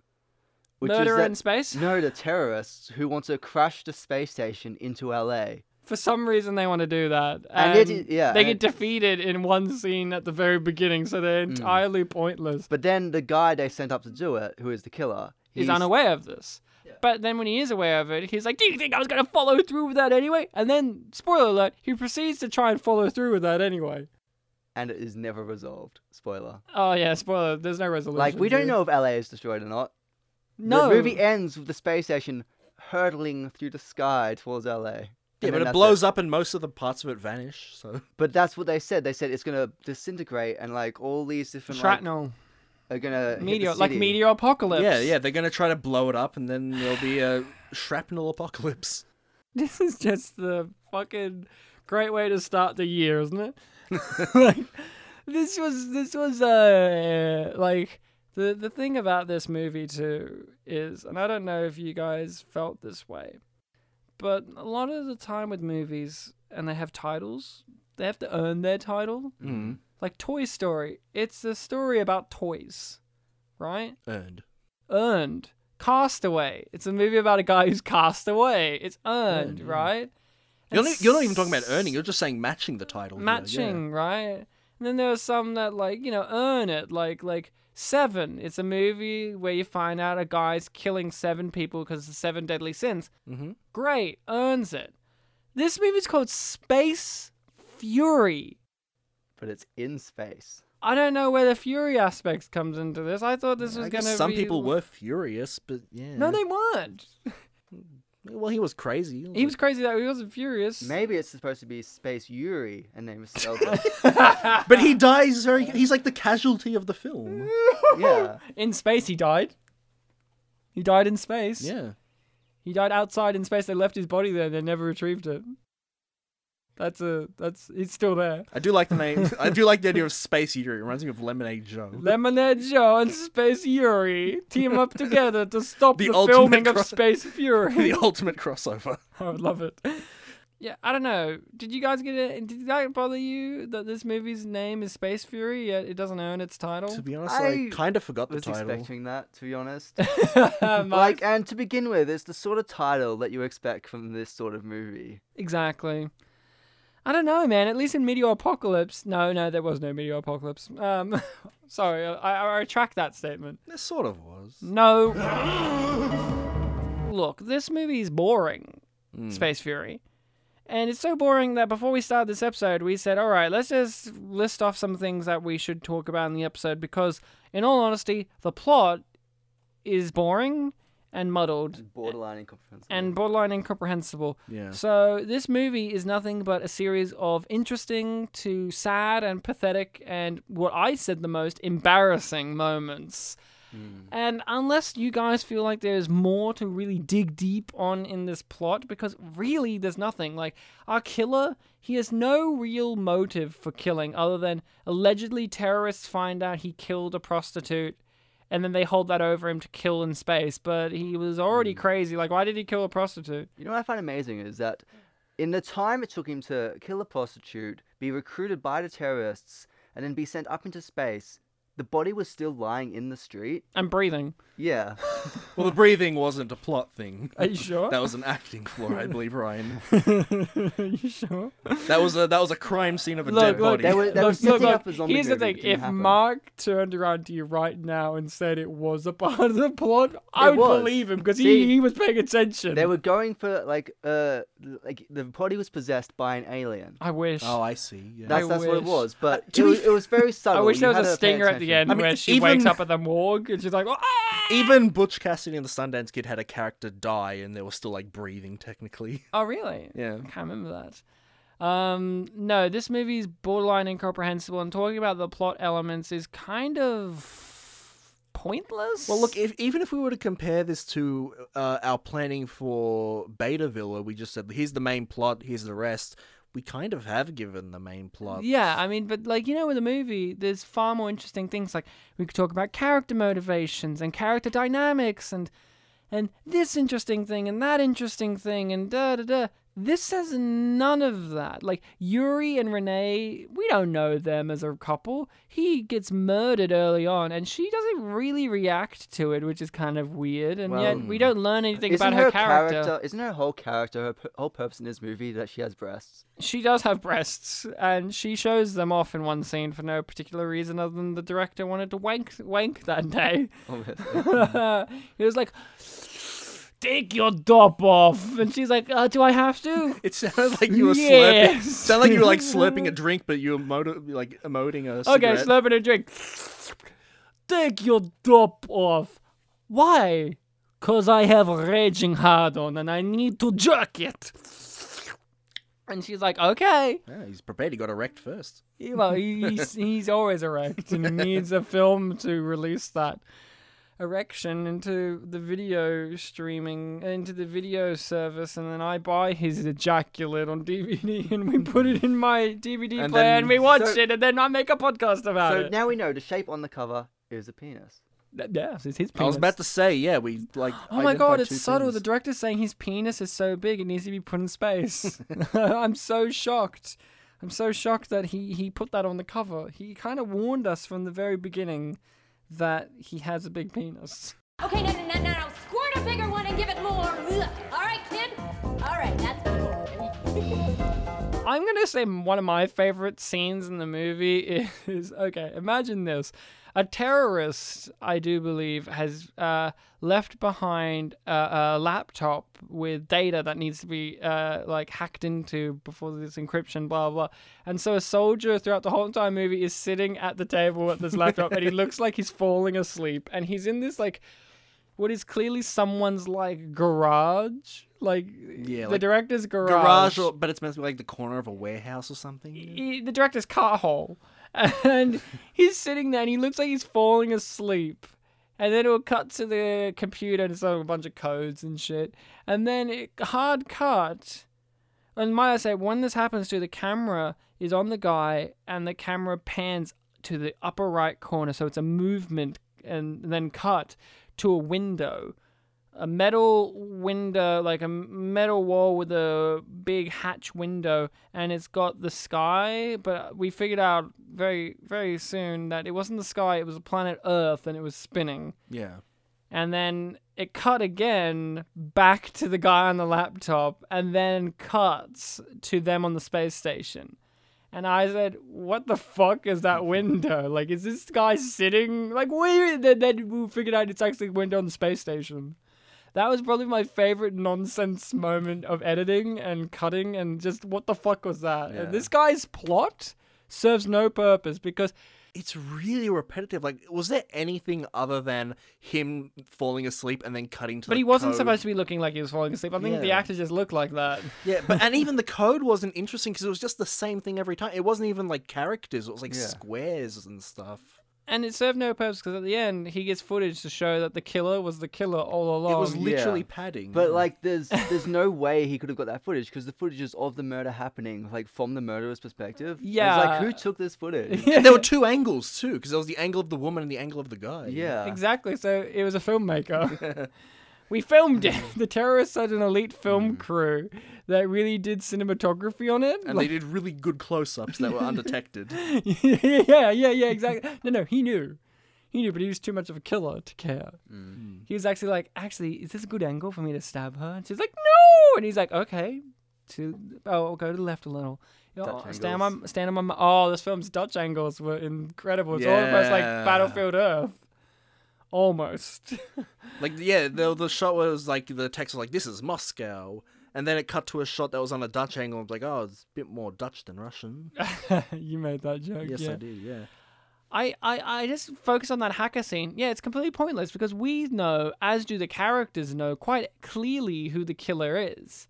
S4: Which
S2: murder
S4: that-
S2: in space.
S4: No, the terrorists who want to crash the space station into LA.
S2: For some reason, they want to do that, and,
S4: And it is- yeah,
S2: they
S4: and-
S2: get
S4: Mm.
S2: defeated in one scene at the very beginning, so they're entirely pointless.
S4: But then the guy they sent up to do it, who is the killer,
S2: is unaware of this. But then when he is aware of it, he's like, "Do you think I was gonna follow through with that anyway?" And then, spoiler alert, he proceeds to try and follow through with that anyway.
S4: and it is never resolved. Spoiler.
S2: Oh yeah, spoiler. There's no resolution.
S4: Like we
S2: to
S4: don't
S2: it.
S4: know if LA is destroyed or not.
S2: No.
S4: The movie ends with the space station hurtling through the sky towards LA.
S3: Yeah, but it blows up, and most of the parts of it vanish. So
S4: But that's what they said. They said it's gonna disintegrate, and like all these different like,
S2: shrapnel,
S4: are gonna hit the
S2: meteor, like
S4: city.
S2: meteor apocalypse.
S3: yeah, yeah, they're gonna try to blow it up, and then there'll be a shrapnel apocalypse.
S2: This is just the fucking great way to start the year, isn't it? like this was this was uh like the the thing about this movie too is and I don't know if you guys felt this way, but a lot of the time with movies and they have titles, they have to earn their title.
S3: Mm.
S2: Like Toy Story, it's a story about toys, right?
S3: Earned.
S2: earned. Castaway. It's a movie about a guy who's cast away. It's earned, right?
S3: You're
S2: And
S3: not, e-, you're not even talking about earning. You're just saying matching the title. here, yeah.
S2: matching, right? And then there are some that like you know earn it, like like Seven. It's a movie where you find out a guy's killing seven people because of seven deadly sins.
S3: Mhm.
S2: Great, earns it. This movie's called Space Fury.
S4: But it's in space.
S2: I don't know where the fury aspect comes into this. I thought this was
S3: I
S2: going
S3: guess
S2: to
S3: some
S2: be...
S3: people were furious, but yeah.
S2: No, they weren't.
S3: Well, he was crazy.
S2: He was crazy that he wasn't furious.
S4: Maybe it's supposed to be Space Yuri, and they misspelled it.
S3: but he dies very. He's like the casualty of the film.
S4: yeah.
S2: In space, he died. He died in space.
S3: yeah.
S2: He died outside in space. They left his body there. They never retrieved it. That's a. That's. It's still there.
S3: I do like the name. I do like the idea of Space Yuri. It reminds me of Lemonade Joe.
S2: Lemonade Joe and Space Yuri team up together to stop
S3: The
S2: the,
S3: ultimate
S2: filming of
S3: cross-
S2: Space
S3: the
S2: Fury.
S3: ultimate crossover.
S2: I would love it. Yeah, I don't know. Did you guys get it? Did that bother you that this movie's name is Space Fury yet it doesn't earn its title?
S3: To be honest, I,
S4: I
S3: kind of forgot the
S4: was
S3: title.
S4: expecting that, to be honest.
S2: Mike?
S4: like, and to begin with, it's the sort of title that you expect from this sort of movie.
S2: Exactly. I don't know, man. At least in Meteor Apocalypse, no, no, there was no Meteor Apocalypse. Um, sorry, I, I retract that statement.
S3: It sort of was.
S2: No. Look, this movie is boring. Space Fury. And it's so boring that before we started this episode, we said, all right, let's just list off some things that we should talk about in the episode because, in all honesty, the plot is boring and muddled
S4: Borderline incomprehensible.
S2: and borderline incomprehensible.
S3: Yeah.
S2: So this movie is nothing but a series of interesting to sad and pathetic and what I said the most embarrassing moments. And unless you guys feel like there's more to really dig deep on in this plot, because really there's nothing. Like, our killer, he has no real motive for killing other than allegedly terrorists find out he killed a prostitute and then they hold that over him to kill in space. But he was already crazy. Like, why did he kill a prostitute?
S4: You know what I find amazing is that in the time it took him to kill a prostitute, be recruited by the terrorists, and then be sent up into space, the body was still lying in the street.
S2: And breathing.
S4: Yeah.
S3: Well, the breathing wasn't a plot thing.
S2: Are you sure?
S3: That was an acting flaw, I believe, Ryan.
S2: Are you sure?
S3: That was a that was a crime scene of a dead body.
S4: They were- they were setting up a zombie
S2: Here's the
S4: movie.
S2: thing:
S4: It didn't
S2: if
S4: happen.
S2: Mark turned around to you right now and said it was a part of the plot, I
S4: It
S2: would
S4: was.
S2: believe him because he,
S4: See,
S2: he was paying attention.
S4: They were going for like uh like the body was possessed by an alien.
S2: I wish.
S3: Oh,
S4: Oh,
S3: I see. Yeah.
S4: That's that's what it
S2: wish.
S4: was, but
S3: to
S4: it,
S3: be
S4: was,
S3: f-
S4: it was very
S2: I
S4: subtle.
S2: wish
S4: You
S2: there was
S4: had
S2: a
S4: to pay
S2: stinger at the end
S4: attention.
S3: I mean,
S2: where she
S3: even-
S2: wakes up at the morgue and she's like, "Oh, ah!"
S3: Even Butch Cassidy and the Sundance Kid had a character die, and they were still like breathing technically.
S2: "Oh, really?"
S3: Yeah.
S2: I can't remember that. Um, no, this movie is borderline incomprehensible, and talking about the plot elements is kind of pointless.
S3: Well, look, if, even if we were to compare this to uh, our planning for Betaville, where we just said, here's the main plot, here's the rest, we kind of have given the main plot.
S2: Yeah, I mean, but like you know, with a movie, there's far more interesting things. Like we could talk about character motivations and character dynamics, and and this interesting thing and that interesting thing, and da da da. This has none of that. Like Yuri and Renee, we don't know them as a couple. He gets murdered early on, and she doesn't really react to it, which is kind of weird. And yet we don't learn anything
S4: Isn't
S2: about her,
S4: character.
S2: character.
S4: Isn't her whole character, her p- whole purpose in this movie, that she has breasts?
S2: she does have breasts, and she shows them off in one scene for no particular reason other than the director wanted to wank wank that day. he was like, "Take your top off," and she's like, uh, "Do I have to?"
S3: It sounded like you were slurping.
S2: Yes.
S3: Sounded like you were like slurping a drink, but you were moto- like emoting a cigarette.
S2: Okay, slurping a drink. Take your top off. Why? Cause I have a raging hard on, and I need to jerk it. And she's like, "Okay."
S3: Yeah, he's prepared. He got erect first.
S2: He- well, he- he's, he's always erect and he needs a film to release that erection into the video streaming, into the video service, and then I buy his ejaculate on DVD and we put it in my DVD
S3: And
S2: player
S3: then-
S2: and we watch
S4: So-
S2: it, and then I make a podcast about
S4: So
S2: it.
S4: now we know the shape on the cover is a penis.
S2: Th- yes, it's his penis.
S3: I was about to say, yeah, we like.
S2: Oh my god,
S3: identified
S2: it's
S3: two
S2: subtle. The
S3: things.
S2: director's saying his penis is so big it needs to be put in space. I'm so shocked. I'm so shocked that he, he put that on the cover. He kind of warned us from the very beginning that he has a big penis.
S7: Okay, no, no, no, no, no. Squirt a bigger one and give it more. Ugh. All right, kid. All right, that's good.
S2: I'm going to say one of my favorite scenes in the movie is okay, imagine this. A terrorist, I do believe, has uh, left behind a, a laptop with data that needs to be uh, like hacked into before this encryption, blah, blah. And so a soldier throughout the whole entire movie is sitting at the table at this laptop and he looks like he's falling asleep. And he's in this like what is clearly someone's like garage. Like the
S3: like,
S2: director's
S3: garage, or, but it's meant to be like the corner of a warehouse or something.
S2: he, the director's car hole, and he's sitting there and he looks like he's falling asleep. And then it'll cut to the computer and it's like a bunch of codes and shit. And then it hard cut. And might I say, when this happens to the camera is on the guy and the camera pans to the upper right corner, so it's a movement and then cut to a window a metal window, like a metal wall with a big hatch window, and it's got the sky. But we figured out very, very soon that it wasn't the sky, it was the planet Earth, and it was spinning.
S3: Yeah.
S2: And then it cut again back to the guy on the laptop, and then cuts to them on the space station. And I said, "What the fuck is that window? Like, is this guy sitting? Like, where?" Then, then we figured out it's actually a window on the space station. That was probably my favorite nonsense moment of editing and cutting, and just what the fuck was that?
S3: Yeah.
S2: And this guy's plot serves no purpose because
S3: It's really repetitive. Like, was there anything other than him falling asleep and then cutting to?
S2: But
S3: the
S2: he wasn't
S3: code?
S2: supposed to be looking like he was falling asleep. I think the
S4: Yeah.
S2: actor just looked like that.
S3: Yeah, but and even the code wasn't interesting because it was just the same thing every time. It wasn't even like characters. It was like
S4: Yeah.
S3: squares and stuff.
S2: And it served no purpose because at the end he gets footage to show that the killer was the killer all along.
S3: it was literally
S4: yeah.
S3: padding.
S2: Mm.
S4: But like, there's there's no way he could have got that footage because the footage is of the murder happening, like from the murderer's perspective. And it's
S2: Yeah.
S4: like who took this footage?
S3: And there were two angles too, because there was the angle of the woman and the angle of the guy.
S4: yeah,
S2: exactly. So it was a filmmaker. we filmed it. The terrorists had an elite film crew that really did cinematography on it.
S3: Mm. And
S2: Like-
S3: they did really good close ups that were undetected.
S2: yeah, yeah, yeah, exactly. No, no, he knew. He knew, but he was too much of a killer to care.
S3: Mm.
S2: He was actually like, actually, is this a good angle for me to stab her? And she's like, no. And he's like, okay, to oh, I'll go to the left a little. You know,
S4: Dutch
S2: stand on
S4: angles.
S2: my stand on my. m- Oh, this film's Dutch angles were incredible. It's almost like
S3: Yeah.
S2: Battlefield Earth. Almost.
S3: Like yeah, the the shot was like the text was like this is Moscow, and then it cut to a shot that was on a Dutch angle. and was like oh, it's a bit more Dutch than Russian.
S2: you made that joke.
S3: yes,
S2: yeah.
S3: I did. Yeah.
S2: I, I, I just focus on that hacker scene. Yeah, it's completely pointless because we know, as do the characters know, quite clearly who the killer is.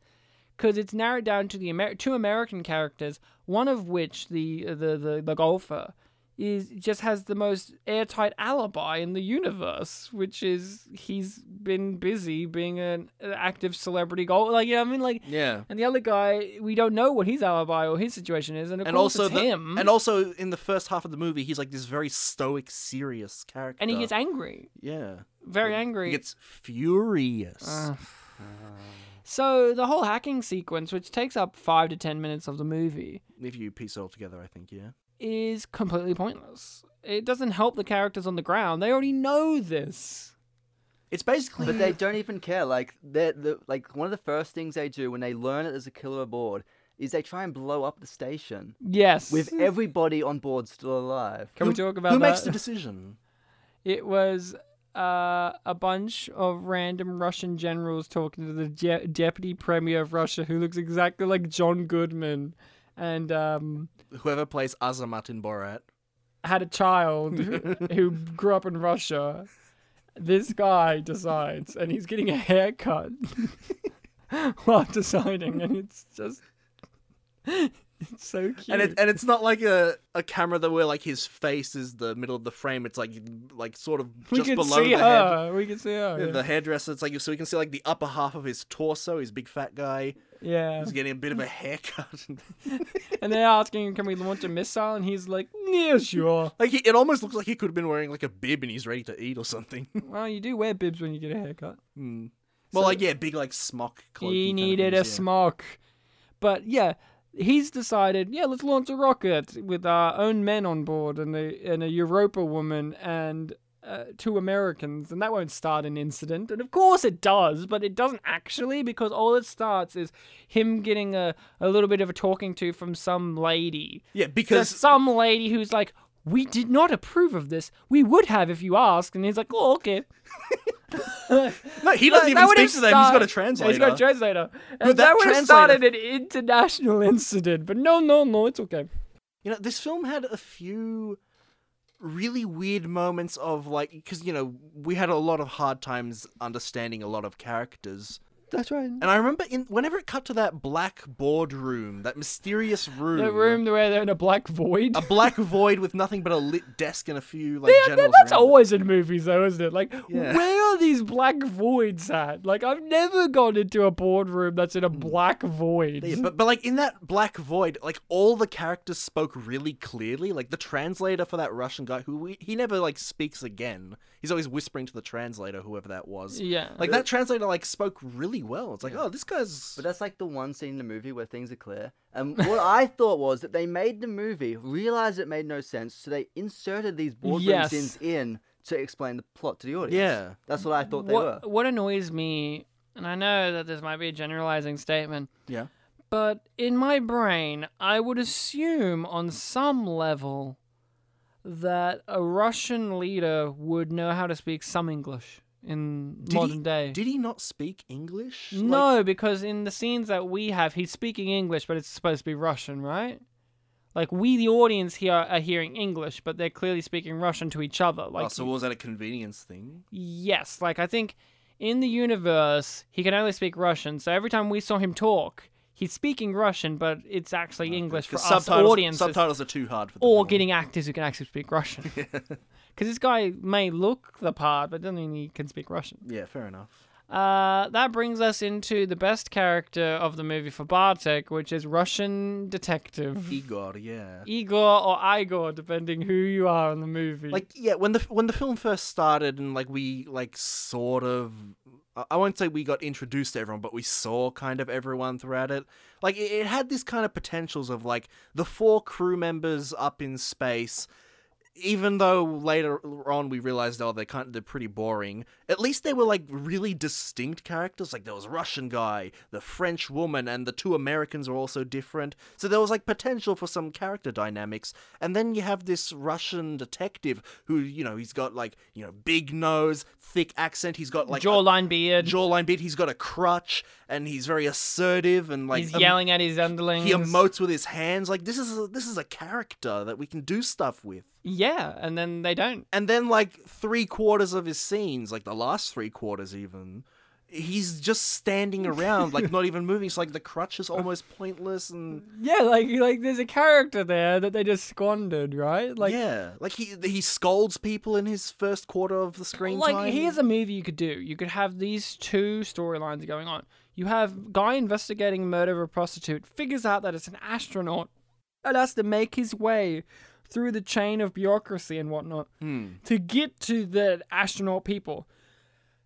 S2: Because it's narrowed down to the Amer- two American characters, one of which, the, the, the, the golfer, is just has the most airtight alibi in the universe, which is he's been busy being an active celebrity golfer. Like, you know what I mean? Like,
S3: Yeah.
S2: and the other guy, we don't know what his alibi or his situation is. And of
S3: And
S2: course,
S3: also
S2: it's
S3: the,
S2: him.
S3: and also in the first half of the movie, he's like this very stoic, serious character.
S2: and he gets angry,
S3: yeah,
S2: very angry.
S3: he gets uh, furious.
S2: So the whole hacking sequence, which takes up five to ten minutes of the movie,
S3: if you piece it all together, I think yeah.
S2: is completely pointless. It doesn't help the characters on the ground. They already know this.
S3: It's basically
S4: But they don't even care. Like they the like one of the first things they do when they learn that there's a killer aboard is they try and blow up the station
S2: Yes.
S4: with everybody on board still alive.
S2: Can we talk about
S3: who
S2: that?
S3: makes the decision.
S2: it was uh, a bunch of random Russian generals talking to the je- deputy premier of Russia, who looks exactly like John Goodman, and um,
S3: Whoever plays Azamat in Borat.
S2: had a child who grew up in Russia. This guy decides, and he's getting a haircut while deciding, and it's just it's so cute.
S3: and it, and it's not like a, a camera that where like his face is the middle of the frame. It's like like sort of
S2: we
S3: just
S2: can
S3: below
S2: see
S3: the
S2: her.
S3: head.
S2: We can see her.
S3: The
S2: Yeah.
S3: hairdresser. It's like so we can see like the upper half of his torso. He's a big fat guy.
S2: Yeah.
S3: He's getting a bit of a haircut.
S2: and they're asking, "Can we launch a missile?" And he's like, "Yeah, sure."
S3: like he, it almost looks like he could have been wearing like a bib and he's ready to eat or something.
S2: well, you do wear bibs when you get a haircut.
S3: well, like yeah, big like smock. cloaky
S2: He
S3: kind of
S2: needed a
S3: things, yeah.
S2: smock. But yeah, he's decided, yeah, let's launch a rocket with our own men on board and a, and a Europa woman and uh, two Americans, and that won't start an incident. And of course it does, but it doesn't actually because all it starts is him getting a, a little bit of a talking to from some lady.
S3: Yeah,
S2: There's
S3: because
S2: some lady who's like, we did not approve of this. We would have if you asked. And he's like, oh, okay.
S3: no, he doesn't
S2: That
S3: even
S2: would
S3: speak
S2: have
S3: to them. He's got a
S2: start-
S3: translator.
S2: He's got a translator. And
S3: But
S2: that,
S3: that
S2: would have
S3: translator-
S2: started an international incident. But no, no, no, it's okay.
S3: You know, this film had a few really weird moments of like, because, you know, we had a lot of hard times understanding a lot of characters.
S2: That's right.
S3: And I remember in whenever it cut to that black boardroom, that mysterious room,
S2: The room where they're in a black void.
S3: a black void with nothing but a lit desk and a few like
S2: Yeah,
S3: generals.
S2: that's
S3: around it.
S2: always in movies, though, isn't it? Like,
S3: Yeah.
S2: where are these black voids at? Like, I've never gone into a boardroom that's in
S3: Hmm.
S2: a black void.
S3: Yeah, but but like in that black void, like all the characters spoke really clearly. Like the translator for that Russian guy, who we, he never like speaks again. He's always whispering to the translator, whoever that was.
S2: Yeah.
S3: like that translator like spoke really well. It's like, oh, this guy's.
S4: But that's like the one scene in the movie where things are clear. And what I thought was that they made the movie realize it made no sense, so they inserted these boardroom
S2: Yes.
S4: scenes in to explain the plot to the audience.
S3: Yeah.
S4: that's what I thought they were.
S2: what, what annoys me, and I know that this might be a generalizing statement,
S3: yeah.
S2: but in my brain, I would assume on some level that a Russian leader would know how to speak some English in
S3: Did
S2: modern
S3: he,
S2: day.
S3: Did he not speak English? Like-
S2: no, because in the scenes that we have, he's speaking English, but it's supposed to be Russian, right? Like we, the audience here, are hearing English, but they're clearly speaking Russian to each other. Like
S3: oh, so was that a convenience thing?
S2: Yes, like I think in the universe he can only speak Russian. So every time we saw him talk, he's speaking Russian, but it's actually English for
S3: Because
S2: us
S3: subtitles,
S2: audiences
S3: subtitles are too hard for. The
S2: or
S3: film.
S2: getting actors who can actually speak Russian. Because this guy may look the part, but doesn't mean he can speak Russian.
S3: Yeah, fair enough.
S2: Uh, that brings us into the best character of the movie for Bartek, which is Russian
S3: Mm-hmm.
S2: detective.
S3: Igor, yeah.
S2: Igor or Igor, depending who you are in the movie.
S3: like yeah when the when the film first started and like we like sort of I- I won't say we got introduced to everyone, but we saw kind of everyone throughout it. Like it, it had this kind of potentials of like the four crew members up in space. even though later on we realized oh they're kind of, they're pretty boring at least they were like really distinct characters like there was a russian guy the french woman and the two americans are also different so there was like potential for some character dynamics and then you have this russian detective who you know he's got like you know big nose thick accent he's got like a
S2: Jawline beard.
S3: jawline bit he's got a crutch and he's very assertive and like
S2: He's
S3: em-
S2: yelling at his underlings.
S3: um, he emotes with his hands like this is a, this is a character that we can do stuff with
S2: yeah, and then they don't.
S3: and then like three quarters of his scenes, like the last three quarters even, he's just standing around, like not even moving. It's like the crutch is almost pointless, and
S2: Yeah, like like there's a character there that they just squandered, right? Like
S3: yeah, like he he scolds people in his first quarter of the screen
S2: like
S3: time.
S2: here's a movie you could do. You could have these two storylines going on. You have guy investigating murder of a prostitute, figures out that it's an astronaut, and has to make his way through the chain of bureaucracy and whatnot
S3: Hmm.
S2: to get to the astronaut people.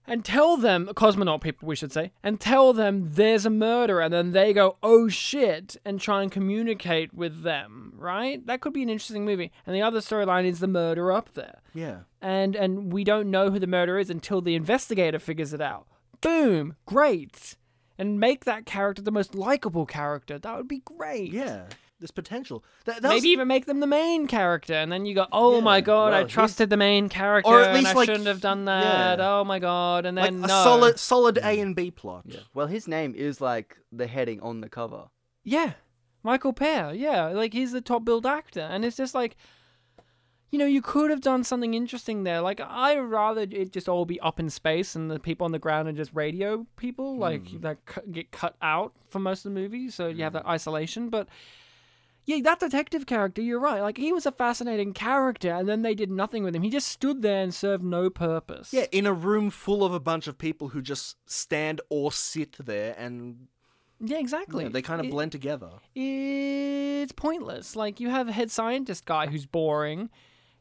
S2: And tell them, cosmonaut people, we should say, and tell them there's a murder, and then they go, oh shit, and try and communicate with them, right? That could be an interesting movie. And the other storyline is the murder up there
S3: yeah,
S2: and and we don't know who the murderer is until the investigator figures it out. Boom, great. And make that character the most likable character. That would be great.
S3: yeah. There's potential. That, that was-
S2: Maybe even make them the main character, and then you go, "Oh
S3: Yeah,
S2: my god,
S3: well,
S2: I
S3: he's-
S2: trusted the main character,
S3: Or at
S2: and
S3: least,
S2: I
S3: like,
S2: shouldn't have done that."
S3: yeah.
S2: Oh my god, and
S3: like
S2: then no.
S3: a solid solid A and B plot. Yeah.
S4: Well, his name is like the heading on the cover.
S2: Yeah. Michael Pear, yeah. Like he's the top billed actor. And it's just like you know, you could have done something interesting there. Like I'd rather it just all be up in space and the people on the ground are just radio people, like
S3: Hmm.
S2: that cu- get cut out for most of the movie, so you have that isolation. But yeah, that detective character, you're right. Like he was a fascinating character, and then they did nothing with him. He just stood there and served no purpose.
S3: in a room full of a bunch of people who just stand or sit there, and
S2: yeah,
S3: you
S2: exactly.
S3: know, they kind of
S2: It-
S3: blend together.
S2: it's pointless. Like you have a head scientist guy who's boring,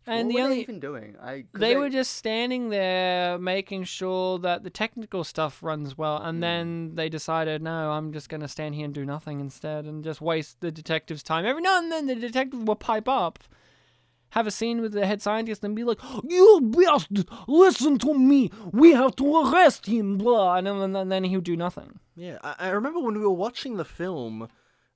S2: and
S4: what
S2: the
S4: were
S2: only
S4: they even doing? I 'cause
S2: they were just standing there making sure that the technical stuff runs well,
S4: Hmm.
S2: and then they decided, no, I'm just going to stand here and do nothing instead, and just waste the detective's time. Every now and then, the detective will pipe up. Have a scene with the head scientist and be like, "Oh, "You bastard! Listen to me! We have to arrest him!" Blah, and then, and then he'll do nothing.
S3: Yeah, I, I remember when we were watching the film,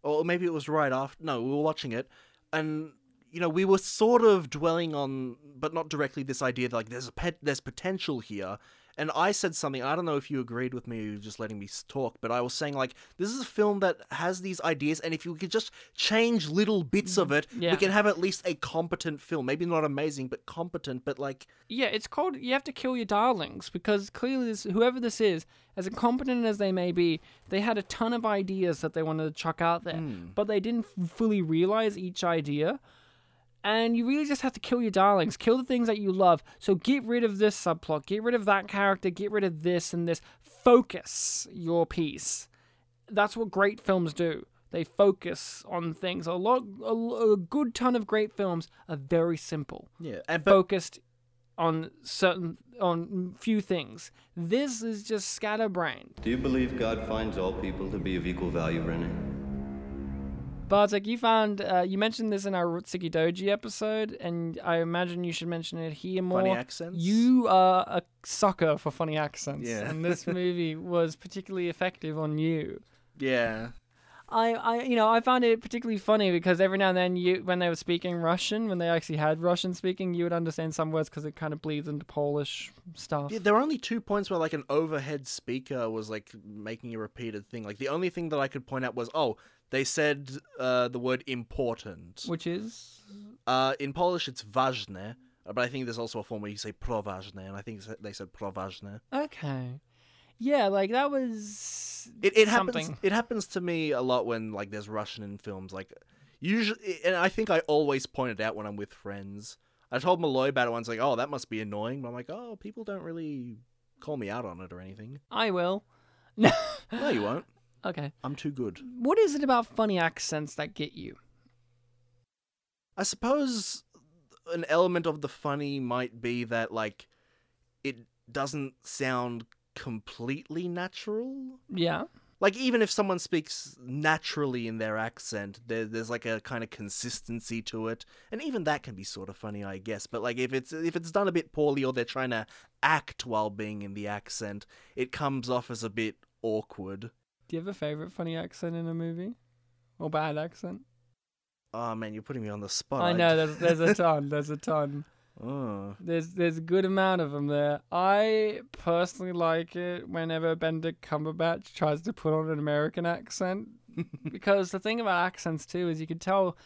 S3: or maybe it was right after. No, we were watching it, and you know we were sort of dwelling on, but not directly, this idea that like there's a pet, there's potential here. And I said something. I don't know if you agreed with me, or you were just letting me s- talk, but I was saying like this is a film that has these ideas, and if you could just change little bits of it,
S2: Yeah.
S3: we can have at least a competent film. Maybe not amazing, but competent. But like,
S2: Yeah, it's called You Have to Kill Your Darlings because clearly, this, whoever this is, as incompetent as they may be, they had a ton of ideas that they wanted to chuck out there, but they didn't f- fully realize each idea. And you really just have to kill your darlings, kill the things that you love. So get rid of this subplot, get rid of that character, get rid of this and this. Focus your piece that's what great films do. They focus on things. A lot, a, l- a good ton of great films are very simple.
S3: Yeah, and but-
S2: focused on certain, on few things. This is just scatterbrained.
S8: Do you believe God finds all people to be of equal value, Renee?
S2: Bartek, you found uh, you mentioned this in our Rutsuki Doji episode, and I imagine you should mention it here more.
S3: Funny accents?
S2: You are a sucker for funny accents,
S3: Yeah.
S2: and this movie was particularly effective on you.
S3: yeah,
S2: I, I, you know, I found it particularly funny because every now and then, you, when they were speaking Russian, when they actually had Russian speaking, you would understand some words because it kind of bleeds into Polish stuff.
S3: Yeah, there were only two points where like an overhead speaker was like making a repeated thing. Like the only thing that I could point out was, oh, they said uh, the word important.
S2: Which is,
S3: Uh, in Polish, it's ważne, but I think there's also a form where you say proważne, and I think they said proważne.
S2: okay, yeah, like that was
S3: It, it
S2: something.
S3: happens. It happens to me a lot when like there's Russian in films. Like usually, and I think I always point it out when I'm with friends. I told Malloy about it once, like, oh, that must be annoying. But I'm like, oh, people don't really call me out on it or anything.
S2: I will.
S3: No, you won't.
S2: okay,
S3: I'm too good.
S2: what is it about funny accents that get you?
S3: I suppose an element of the funny might be that like it doesn't sound completely natural.
S2: Yeah,
S3: like even if someone speaks naturally in their accent there, there's like a kind of consistency to it and even that can be sort of funny i guess but like if it's if it's done a bit poorly or they're trying to act while being in the accent it comes off as a bit awkward
S2: Do you have a favorite funny accent in a movie? Or bad accent?
S3: oh man you're putting me on the spot
S2: I know there's there's a ton, there's a ton.
S3: oh.
S2: There's there's a good amount of them there. I personally like it whenever Benedict Cumberbatch tries to put on an American accent because the thing about accents too is you can tell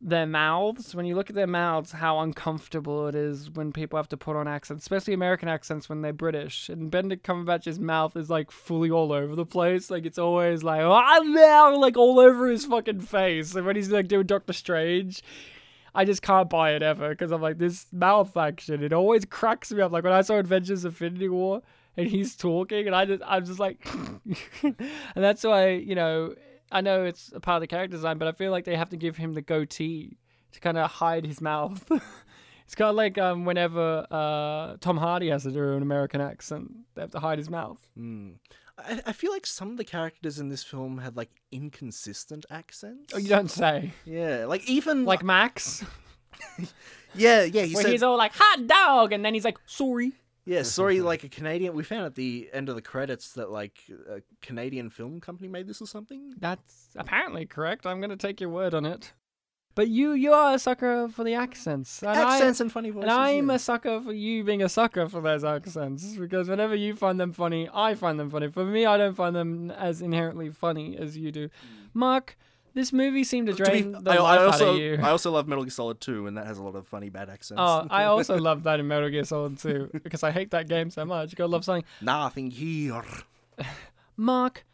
S2: their mouths when you look at their mouths how uncomfortable it is when people have to put on accents, especially American accents when they're British. And Benedict Cumberbatch's mouth is like fully all over the place, like it's always like ah now like all over his fucking face. And when he's like doing Doctor Strange, I just can't buy it ever because I'm like this mouth action. It always cracks me up. Like when I saw Adventures Infinity War and he's talking, and I just I'm just like, and that's why you know I know it's a part of the character design, but I feel like they have to give him the goatee to kind of hide his mouth. it's kind of like um, whenever uh, Tom Hardy has to do an American accent, they have to hide his mouth.
S3: Mm. I, I feel like some of the characters in this film had like inconsistent accents
S2: Oh, you don't say.
S3: yeah like even
S2: Like Max,
S3: yeah yeah he
S2: where
S3: said,
S2: he's all like hot dog, and then he's like sorry.
S3: Yeah, sorry, like a Canadian. We found at the end of the credits that like a Canadian film company made this or something.
S2: That's apparently correct. I'm gonna take your word on it. But you, you are a sucker for the accents. And I-
S3: Accents and funny
S2: and
S3: voices.
S2: I'm
S3: yeah.
S2: a sucker for you being a sucker for those accents because whenever you find them funny, I find them funny. For me, I don't find them as inherently funny as you do. Mark, this movie seemed to
S3: Hmm. To be-
S2: drain the
S3: I, I
S2: life
S3: also,
S2: out of you.
S3: I also love Metal Gear Solid 2, and that has a lot of funny bad accents.
S2: Oh, I also love that in Metal Gear Solid 2 because I hate that game so much. Gotta love something.
S3: nothing here.
S2: Mark,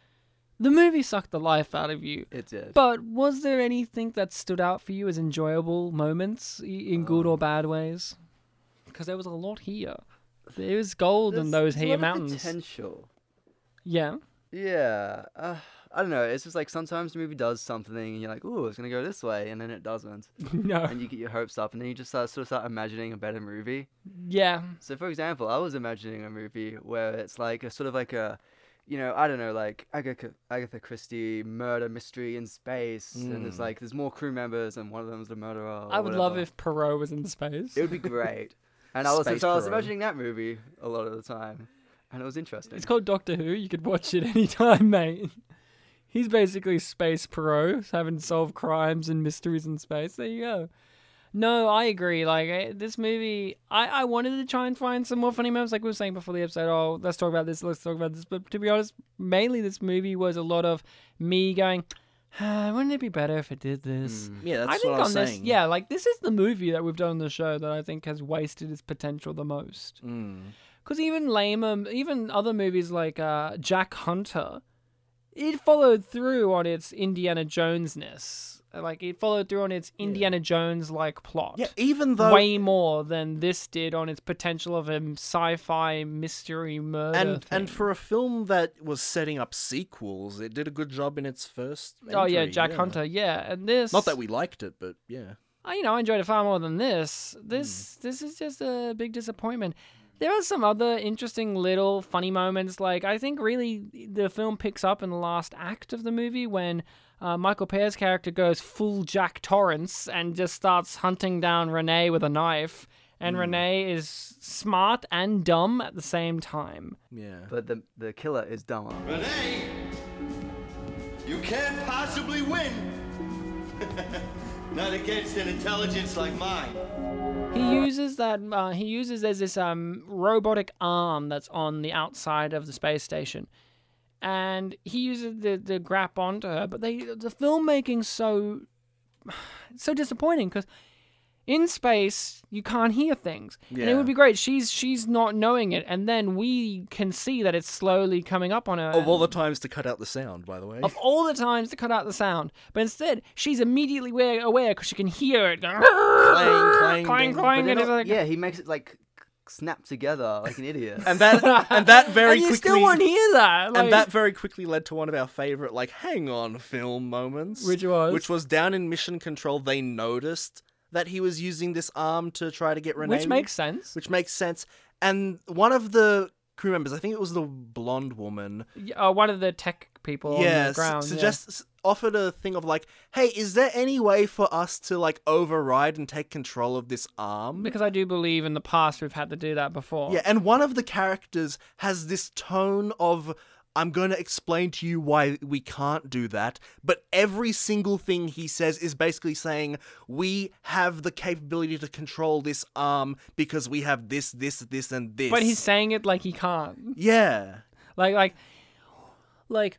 S2: the movie sucked the life out of you.
S4: It did.
S2: But was there anything that stood out for you as enjoyable moments i- in good
S4: Um,
S2: or bad ways? Because there was a lot here. There was gold in
S4: There's-
S2: those
S4: there's a
S2: here
S4: lot of
S2: mountains.
S4: Potential.
S2: Yeah.
S4: Yeah. Uh, I don't know. It's just like sometimes the movie does something and you're like, ooh, it's going to go this way. And then it doesn't.
S2: No.
S4: and you get your hopes up. And then you just start, sort of start imagining a better movie.
S2: Yeah.
S4: So, for example, I was imagining a movie where it's like a sort of like a, you know, I don't know, like Agatha, Agatha Christie murder mystery in space. And there's like, there's more crew members and one of them's the murderer. or
S2: Mm. I would love
S4: whatever.
S2: if Perot was in space.
S4: It would be great. And I was,
S3: Space
S4: so I was
S3: Perot.
S4: imagining that movie a lot of the time. And it was interesting.
S2: It's called Doctor Who. You could watch it anytime, mate. He's basically space Perot, having to solve crimes and mysteries in space. There you go. No, I agree. Like eh, this movie, I, I wanted to try and find some more funny moments. Like we were saying before the episode, oh, let's talk about this, let's talk about this. But to be honest, mainly this movie was a lot of me going, ah, wouldn't it be better if it did this?
S3: Yeah, that's
S2: I think
S3: what I was
S2: on this,
S3: saying.
S2: yeah, like this is the movie that we've done on the show that I think has wasted its potential the most.
S3: Mm.
S2: Because even lamer, even other movies like uh, Jack Hunter, it followed through on its Indiana Jonesness. Like it followed through on its Indiana Jones like plot.
S3: Yeah, even though
S2: way more than this did on its potential of a sci-fi mystery murder.
S3: and
S2: thing.
S3: and for a film that was setting up sequels, it did a good job in its first.
S2: oh yeah,
S3: entry,
S2: Jack Hunter, yeah, and this
S3: Not that we liked it, but yeah.
S2: I, you know, I enjoyed it far more than this. This this is just a big disappointment. There are some other interesting little funny moments. Like I think really the film picks up in the last act of the movie when uh, Michael Pear's character goes full Jack Torrance and just starts hunting down Renee with a knife. And Renee is smart and dumb at the same time.
S3: Yeah.
S4: But the, the killer is dumber.
S8: Renee! You can't possibly win! Not against an intelligence like mine.
S2: He uses that. Uh, he uses there's this um robotic arm that's on the outside of the space station, and he uses the the grap onto her. But they the filmmaking's so so disappointing because in space you can't hear things, and it
S3: Yeah.
S2: would be great. She's she's not knowing it, and then we can see that it's slowly coming up on her.
S3: Of all the times to cut out the sound, by the way.
S2: Of all the times to cut out the sound, but instead she's immediately aware aware because she can hear it. Clang,
S3: clang,
S2: clang,
S3: ding.
S2: clang,
S4: They're
S2: and it's
S4: not-
S2: like,
S4: yeah, he makes it like snap together like an idiot.
S3: and that and that very
S2: and you
S3: quickly
S2: still won't hear that. Like,
S3: and that very quickly led to one of our favorite like hang on film moments
S2: Which was?
S3: which was down in mission control they noticed that he was using this arm to try to get Renee
S2: which makes sense.
S3: which makes sense and one of the crew members. I think it was the blonde woman.
S2: Y- Uh, one of the tech people on
S3: yeah,
S2: the
S3: s-
S2: ground. yeah.
S3: suggest s- offered a thing of like, hey, is there any way for us to like override and take control of this arm?
S2: because I do believe in the past we've had to do that before.
S3: Yeah, and one of the characters has this tone of I'm going to explain to you why we can't do that, but every single thing he says is basically saying we have the capability to control this arm because we have this this this and this.
S2: But he's saying it like he can't.
S3: yeah.
S2: Like like like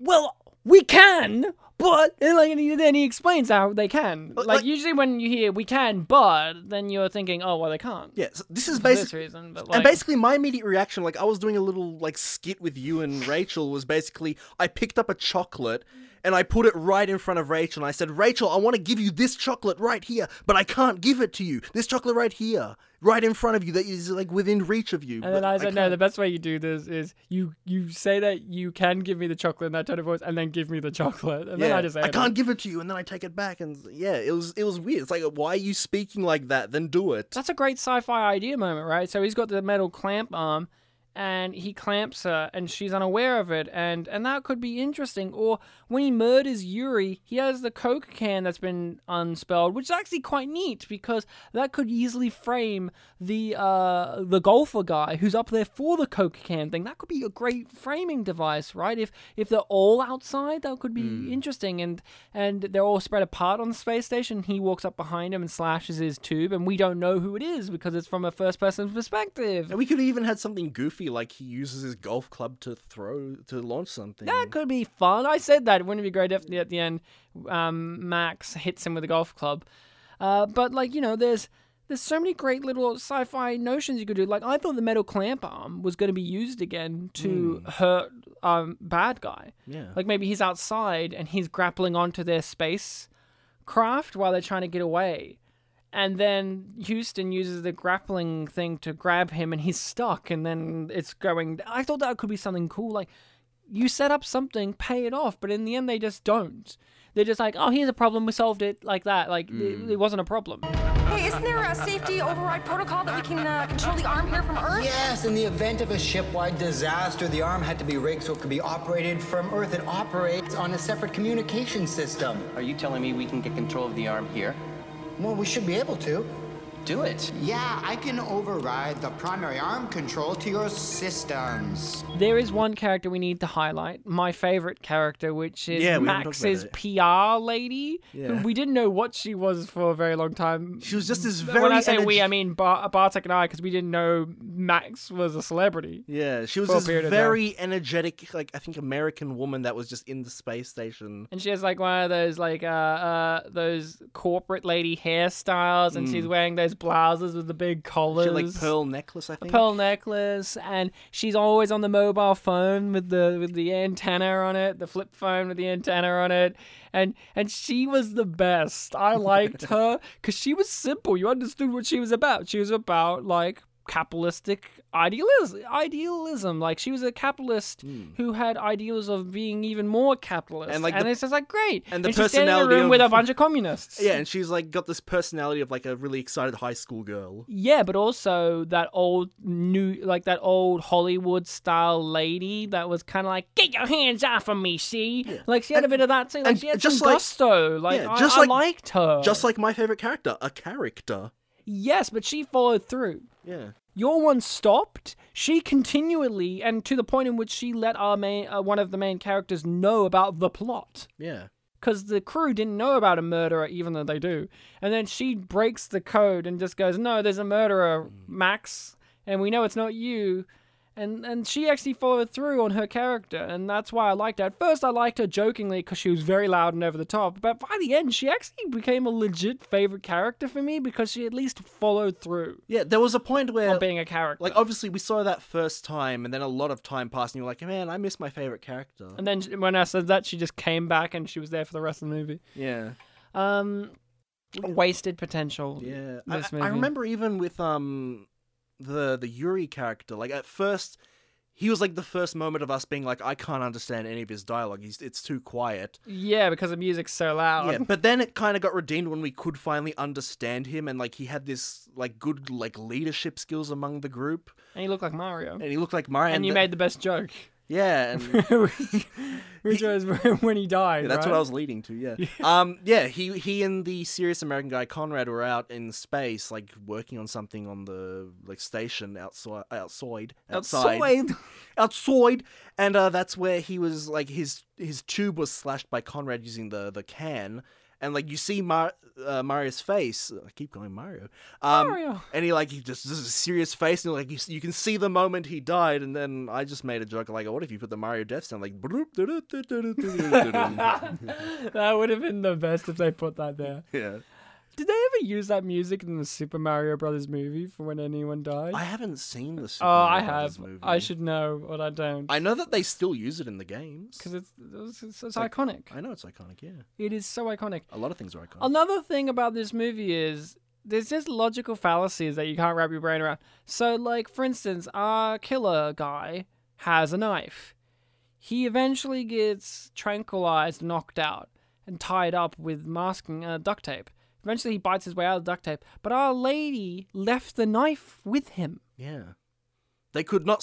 S2: well, we can, but and like and he- then he explains how they can. Like,
S3: like-
S2: usually when you hear we can, but then you're thinking, oh well, they can't.
S3: Yeah, so this is
S2: For this
S3: basically
S2: reason, but
S3: and
S2: like-
S3: basically my immediate reaction like i was doing a little like skit with you and rachel was basically i picked up a chocolate and i put it right in front of rachel and i said rachel i want to give you this chocolate right here but i can't give it to you this chocolate right here right in front of you that is like within reach of you
S2: And then I said, no, the best way you do this is you you say that you can give me the chocolate in that tone of voice, and then give me the chocolate, and
S3: yeah,
S2: then I just ate it.
S3: can't give it to you and then i take it back and yeah it was it was weird it's like why are you speaking like that then do it
S2: That's a great sci-fi idea moment, right? So he's got the metal clamp arm, and he clamps her, and she's unaware of it, and and that could be interesting. Or when he murders Yuri, he has the coke can that's been unspelled, which is actually quite neat because that could easily frame the uh the golfer guy who's up there for the coke can thing. That could be a great framing device, right? If if they're all outside, that could be interesting, and and they're all spread apart on the space station. He walks up behind him and slashes his tube, and we don't know who it is because it's from a first person perspective.
S3: and we could have even had something goofy like he uses his golf club to throw to launch something
S2: That could be fun. I said that. Wouldn't it be great if at the end um, Max hits him with a golf club? Uh, but like you know, there's there's so many great little sci-fi notions you could do. Like I thought the metal clamp arm was going to be used again to hurt um bad guy.
S3: Yeah.
S2: Like maybe he's outside and he's grappling onto their space craft while they're trying to get away. And then Houston uses the grappling thing to grab him and he's stuck and then it's going I thought that could be something cool like you set up something, pay it off, but in the end they just don't. They're just like, "Oh, here's a problem, we solved it." Like that. Like
S3: Mm.
S2: it, it wasn't a problem.
S7: Hey, isn't there a safety override protocol that we can uh, control the arm here from Earth?
S9: Yes, in the event of a ship-wide disaster, the arm had to be rigged so it could be operated from Earth. It operates on a separate communication system.
S10: Are you telling me we can get control of the arm here?
S9: Well, we should be able to.
S10: Do it.
S9: Yeah, I can override the primary arm control to your systems.
S2: There is one character we need to highlight, my favorite character, which is
S3: Yeah, we haven't talked about
S2: Max's
S3: it.
S2: PR lady. who
S3: Yeah.
S2: We didn't know what she was for a very long time.
S3: She was just this
S2: But
S3: very.
S2: when I say we,
S3: energ-
S2: I mean Bar- Bartek and I, because we didn't know Max was a celebrity.
S3: Yeah, she was
S2: for a
S3: this
S2: period of
S3: very energetic, like I think American woman that was just in the space station.
S2: And she has like one of those like uh, uh those corporate lady hairstyles, and she's wearing those blouses with the big collars,
S3: Mm. She had, like pearl necklace, I
S2: a
S3: think.
S2: pearl necklace, and she's always on the mobile phone with the with the antenna on it, the flip phone with the antenna on it, and and she was the best. I liked her because she was simple. You understood what she was about. She was about like capitalistic idealism idealism like she was a capitalist who had ideals of being even more capitalist
S3: Hmm. And,
S2: and
S3: like,
S2: like
S3: the-
S2: it's just like great
S3: and the
S2: she's standing in a
S3: personality
S2: room with a
S3: of-
S2: bunch of communists
S3: Yeah, and she's like got this personality of like a really excited high school girl.
S2: Yeah, but also that old new like that old Hollywood style lady that was kind of like get your hands off of me, see? Like she had a bit of that too. Like
S3: and
S2: she had
S3: just
S2: some
S3: like-
S2: gusto. Like
S3: yeah,
S2: I,
S3: just
S2: I
S3: like-
S2: liked her.
S3: Just like my favorite character, a character.
S2: yes, but she followed through.
S3: Yeah.
S2: Your one stopped. She continually and to the point in which she let our main uh, one of the main characters know about the plot.
S3: Yeah.
S2: because the crew didn't know about a murderer, even though they do. And then she breaks the code and just goes, "No, there's a murderer, Max, and we know it's not you." And and she actually followed through on her character, and that's why I liked her. At first, I liked her jokingly because she was very loud and over the top, but by the end, she actually became a legit favorite character for me because she at least followed through
S3: Yeah, there was a point where
S2: on being a character.
S3: like obviously we saw that first time and then a lot of time passed and you're like, man, I miss my favorite character.
S2: and then she- when I said that, she just came back and she was there for the rest of the movie.
S3: Yeah.
S2: Um, wasted potential.
S3: Yeah, I,
S2: this
S3: I- I
S2: movie.
S3: remember even with um the the Yuri character. Like at first, he was like the first moment of us being like, I can't understand any of his dialogue. He's it's too quiet.
S2: Yeah, because the music's so loud.
S3: Yeah, but then it kind of got redeemed when we could finally understand him, and like he had this like good like leadership skills among the group,
S2: And you look like Mario. And,
S3: and he looked like Mario.
S2: you
S3: the-
S2: made the best joke,
S3: yeah, and
S2: which which was when he died.
S3: Yeah, that's
S2: right?
S3: what I was leading to. Yeah. um. Yeah. He he and the serious American guy Conrad were out in space, like working on something on the like station outside, outside, outside,
S2: Outside.
S3: outside. And uh, that's where he was like his his tube was slashed by Conrad using the the can. And like you see Mar- uh, Mario's face, I keep going Mario. Um,
S2: Mario.
S3: And he like he just this is a serious face, and like you, you can see the moment he died. And then I just made a joke like, what if you put the Mario death sound like?
S2: That would have been the best if they put that there.
S3: yeah.
S2: Did they ever use that music in the Super Mario Brothers movie for when anyone died?
S3: I haven't seen the Super
S2: oh, I
S3: Mario Brothers
S2: have.
S3: Movie.
S2: I should know, but I don't.
S3: I know that they still use it in the games.
S2: Because it's, it's, it's, it's iconic.
S3: I know it's iconic. Yeah,
S2: It is so iconic.
S3: a lot of things are iconic.
S2: Another thing about this movie is there's just logical fallacies that you can't wrap your brain around. So, like, for instance, our killer guy has a knife. He eventually gets tranquilized, knocked out, and tied up with masking uh, duct tape. Eventually, he bites his way out of the duct tape, but our lady left the knife with him.
S3: yeah, they could not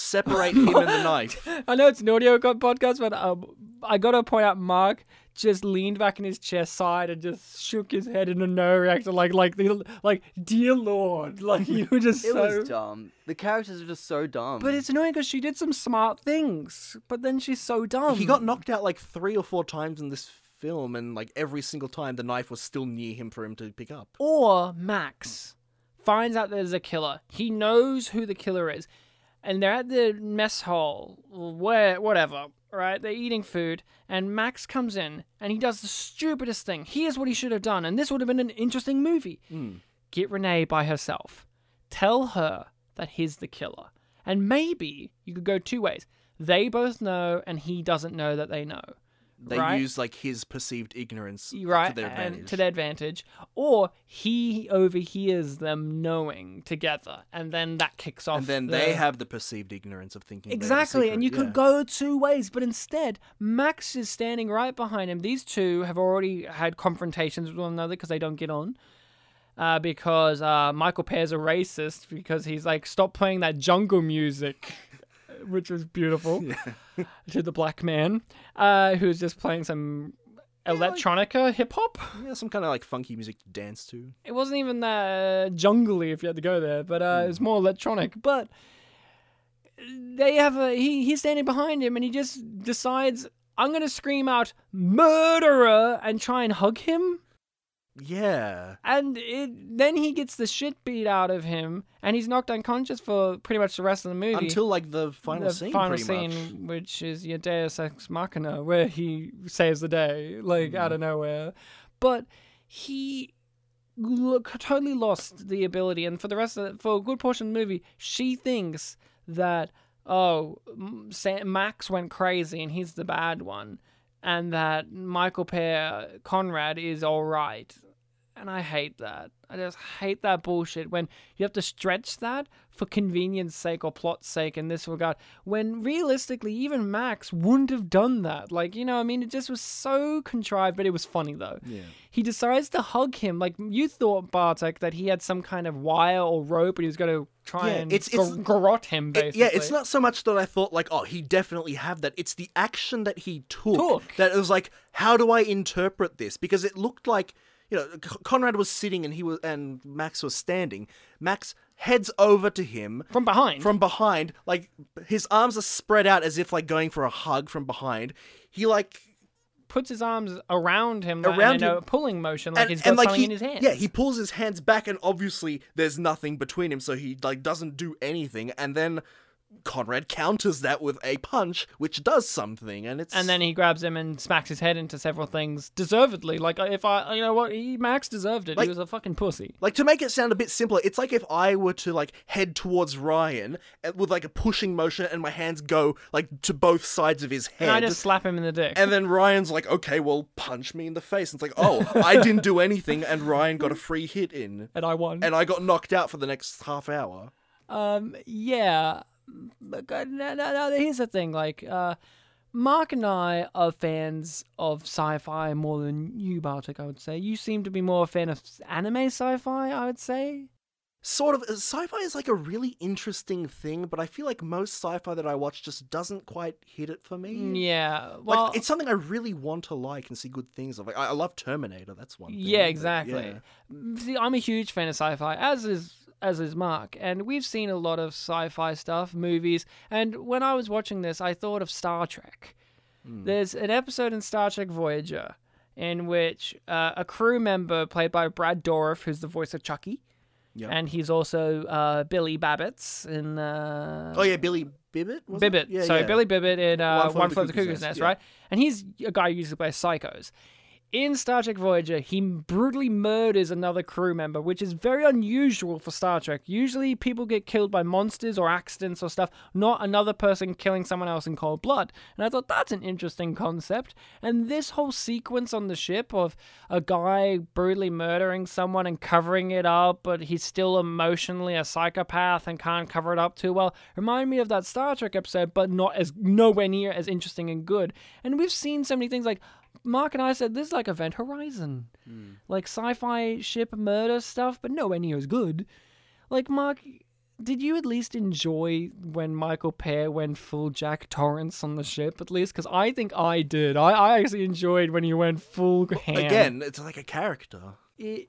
S3: separate him and the knife.
S2: I know it's an audio co- podcast, but um, I gotta point out Mark just leaned back in his chair side and just shook his head in a no reaction, like like the- like dear lord, like you were just
S4: It
S2: so.
S4: was dumb. The characters are just so dumb.
S2: But it's annoying because she did some smart things, but then she's so dumb.
S3: he got knocked out like three or four times in this film, and like every single time, the knife was still near him for him to pick up.
S2: Or Max finds out there's a killer. He knows who the killer is. And they're at the mess hall, where whatever, right? They're eating food, and Max comes in and he does the stupidest thing. Here's what he should have done, and this would have been an interesting movie. Get Renee by herself. Tell her that he's the killer. And maybe you could go two ways. They both know and he doesn't know that they know.
S3: They
S2: right?
S3: used like his perceived ignorance
S2: right
S3: to their advantage.
S2: and to their advantage or he overhears them knowing together and then that kicks off
S3: and then
S2: the-
S3: they have the perceived ignorance of thinking they have a
S2: exactly and
S3: secret,
S2: you
S3: yeah.
S2: could go two ways but instead max is standing right behind him these two have already had confrontations with one another because they don't get on uh, because uh, michael pear's a racist because he's like stop playing that jungle music which was beautiful to the black man uh, who's just playing some electronica hip-hop
S3: Yeah, some kind of like funky music to dance to.
S2: it wasn't even that uh, jungly if you had to go there, but uh, it's more electronic. But they have a he, he's standing behind him, and he just decides I'm gonna scream out murderer and try and hug him,
S3: Yeah.
S2: and it, then he gets the shit beat out of him, and he's knocked unconscious for pretty much the rest of the movie
S3: until like the final
S2: the
S3: scene.
S2: final
S3: pretty
S2: scene, which is your Deus Ex Machina, where he saves the day, like out
S3: Mm.
S2: of nowhere. But he look, totally lost the ability, and for the rest of the, for a good portion of the movie, she thinks that oh, M- Sa- Max went crazy and he's the bad one, and that Michael Pear Conrad is all right. And I hate that. I just hate that bullshit when you have to stretch that for convenience sake or plot's sake in this regard. When realistically, even Max wouldn't have done that. Like, you know, what I mean, it just was so contrived, but it was funny though. Yeah. He decides to hug him. Like, you thought, Bartek, that he had some kind of wire or rope and he was going to try
S3: Yeah,
S2: and
S3: it's-
S2: gr-
S3: it's-
S2: garrote him,
S3: Much. It-
S2: basically.
S3: yeah, it's not so much that I thought like, oh, he definitely had that. It's the action that he took,
S2: Took.
S3: that it was like, how do I interpret this? Because it looked like you know C- Conrad was sitting and he was and Max was standing. Max heads over to him
S2: From behind.
S3: from behind like his arms are spread out as if like going for a hug from behind he like
S2: puts his arms around him like,
S3: Around
S2: in a
S3: him.
S2: pulling motion, like
S3: and,
S2: he's got
S3: and, like
S2: something
S3: he,
S2: in his hand.
S3: Yeah, he pulls his hands back, and obviously there's nothing between him, so he like doesn't do anything. And then Conrad counters that with a punch, which does something, and it's
S2: and then he grabs him and smacks his head into several things deservedly. Like uh, if I, you know what, he Max deserved it.
S3: Like-
S2: he was a fucking pussy.
S3: like to make it sound a bit simpler. It's like if I were to like head towards Ryan and- with like a pushing motion, and my hands go like to both sides of his head.
S2: And I just slap him in the dick.
S3: And then Ryan's like, okay, well, punch me in the face. And it's like, oh, I didn't do anything, and Ryan got a free hit in,
S2: And I won.
S3: and I got knocked out for the next half hour.
S2: um, yeah, but God, no, no, no. Here's the thing, like, uh, Mark and I are fans of sci-fi more than you, Bartek. I would say you seem to be more a fan of anime sci-fi. I would say.
S3: Sort of sci-fi is like a really interesting thing, but I feel like most sci-fi that I watch just doesn't quite hit it for me.
S2: Mm, Yeah,
S3: Mm. Like
S2: well,
S3: it's something I really want to like and see good things of. Like I, I love Terminator. That's one. Thing,
S2: Yeah,
S3: but
S2: exactly.
S3: yeah.
S2: See, I'm a huge fan of sci-fi, as is as is Mark, and we've seen a lot of sci-fi stuff, movies. And when I was watching this, I thought of Star Trek.
S3: Hmm.
S2: There's an episode in Star Trek Voyager in which uh, a crew member played by Brad Dourif, who's the voice of Chucky,
S3: Yep.
S2: and he's also uh, Billy Babbitts in uh,
S3: Oh yeah, Billy Bibbit. Was it?
S2: Bibbit.
S3: Yeah,
S2: so
S3: yeah.
S2: Billy Bibbit in uh, One,
S3: Flew Over the
S2: Flew Over the Cuckoo's Nest, right? And he's a guy who usually plays psychos. In Star Trek Voyager, he brutally murders another crew member, which is very unusual for Star Trek. Usually, people get killed by monsters or accidents or stuff, not another person killing someone else in cold blood. And I thought that's an interesting concept. And this whole sequence on the ship of a guy brutally murdering someone and covering it up, but he's still emotionally a psychopath and can't cover it up too well, remind me of that Star Trek episode, but not as nowhere near as interesting and good. And we've seen so many things like Mark and I said this is like Event Horizon,
S3: Hmm.
S2: like sci-fi ship murder stuff, but nowhere near as good. Like Mark, did you at least enjoy when Michael Pear went full Jack Torrance on the ship? At least, because I think I did. I, I actually enjoyed when he went full ham.
S3: Again, it's like a character.
S2: It-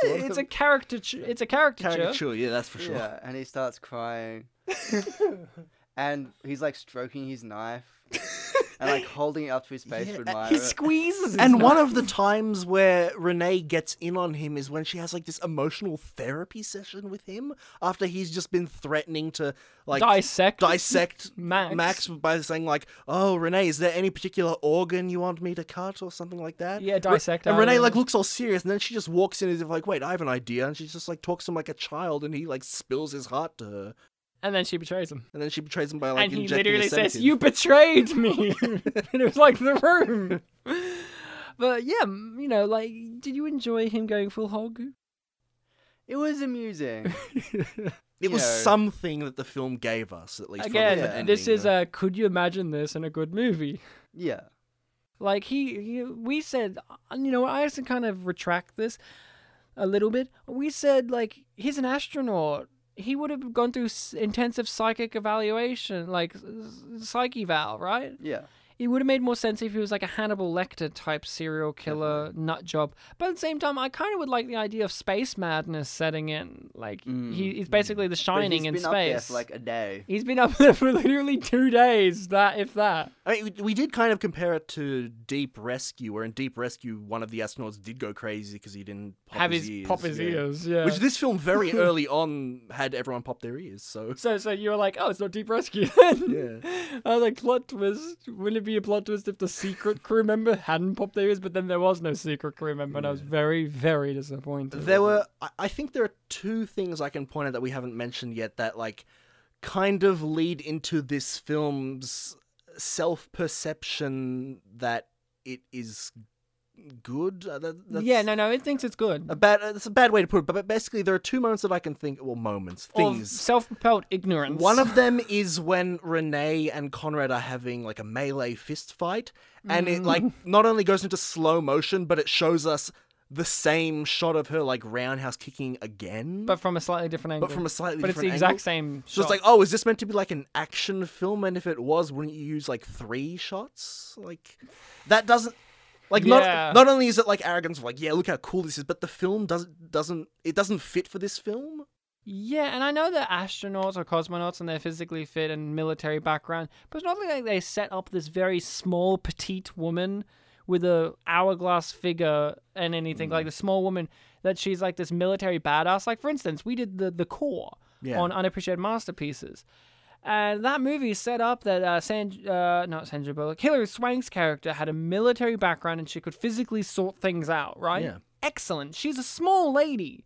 S2: it's a caricature. It's a caricature.
S3: Caricature, yeah, that's for sure.
S4: Yeah, and he starts crying. and he's like stroking his knife and like holding it up to his face
S3: uh,
S4: to admire
S2: He
S4: it.
S2: squeezes. his
S3: And one of the times where Renee gets in on him is when she has like this emotional therapy session with him after he's just been threatening to like
S2: Dissect
S3: dissect
S2: Max.
S3: by saying like, "Oh, Renee, is there any particular organ you want me to cut or something like that?"
S2: Yeah, dissect,
S3: and
S2: I
S3: Renee
S2: don't
S3: like
S2: know.
S3: looks all serious, and then she just walks in as if like, "Wait, I have an idea," and she just like talks to him like a child, and he like spills his heart to her,
S2: and then she betrays him.
S3: and then she betrays him by like
S2: and he
S3: injecting a
S2: literally says,
S3: sedative.
S2: "You betrayed me," and it was like the room. But yeah, m- you know, like, did you enjoy him going full hog?
S4: It was amusing.
S3: It was
S4: know.
S3: something that the film gave us, at least. for the
S2: Again,
S3: ending,
S2: this is
S3: uh,
S2: a could you imagine this in a good movie?
S4: yeah.
S2: Like he, he we said, uh, you know, I actually kind of retract this a little bit. We said like he's an astronaut. He would have gone through s- intensive psychic evaluation, like s- s- psych eval, right?
S4: Yeah.
S2: It would have made more sense if he was like a Hannibal Lecter type serial killer nut job. But at the same time, I kind of would like the idea of space madness setting in. Like he, he's basically the
S4: But
S2: shining
S4: he's
S2: in
S4: been
S2: space.
S4: up there for like a day.
S2: he's been up there for literally two days. That if that.
S3: I mean, we- we did kind of compare it to Deep Rescue, where in Deep Rescue, one of the astronauts did go crazy because he didn't pop
S2: Have
S3: his,
S2: his-
S3: ears.
S2: pop his ears, yeah.
S3: Which this film very early on had everyone pop their ears. So
S2: So so you were like, oh, it's not Deep Rescue. yeah. I was like, plot twist. Wouldn't it be a plot twist if the secret crew member hadn't popped their ears? But then there was no secret crew member, and I was very very disappointed.
S3: there were, I- I think, there are two things I can point out that we haven't mentioned yet that like kind of lead into this film's self-perception that it is good. Uh, that- that's-
S2: yeah, no, no, it thinks it's good.
S3: A bad, it's a bad way to put it, but basically there are two moments that I can think, well, moments, things.
S2: self-propelled ignorance.
S3: One of them is when Renee and Conrad are having like a melee fist fight, and it like
S2: Mm.
S3: not only goes into slow motion, but it shows us the same shot of her like roundhouse kicking again,
S2: but from a slightly different angle.
S3: but from a slightly
S2: But it's
S3: different
S2: the exact
S3: angle.
S2: same.
S3: So it's
S2: shot.
S3: like, oh, is this meant to be like an action film? And if it was, wouldn't you use like three shots? Like that doesn't like
S2: Yeah.
S3: not not only is it like arrogance of like, yeah, look how cool this is, but the film doesn't doesn't it doesn't fit for this film.
S2: Yeah, and I know they're astronauts or cosmonauts and they're physically fit and military background, but it's not like they set up this very small petite woman with a hourglass figure and anything
S3: Mm.
S2: like the small woman that she's like this military badass. Like for instance, we did the the core
S3: Yeah.
S2: on unappreciated masterpieces. And that movie set up that uh, San, uh, not Sandra Bullock, Hilary Swank's character had a military background and she could physically sort things out, right?
S3: Yeah.
S2: Excellent. She's a small lady,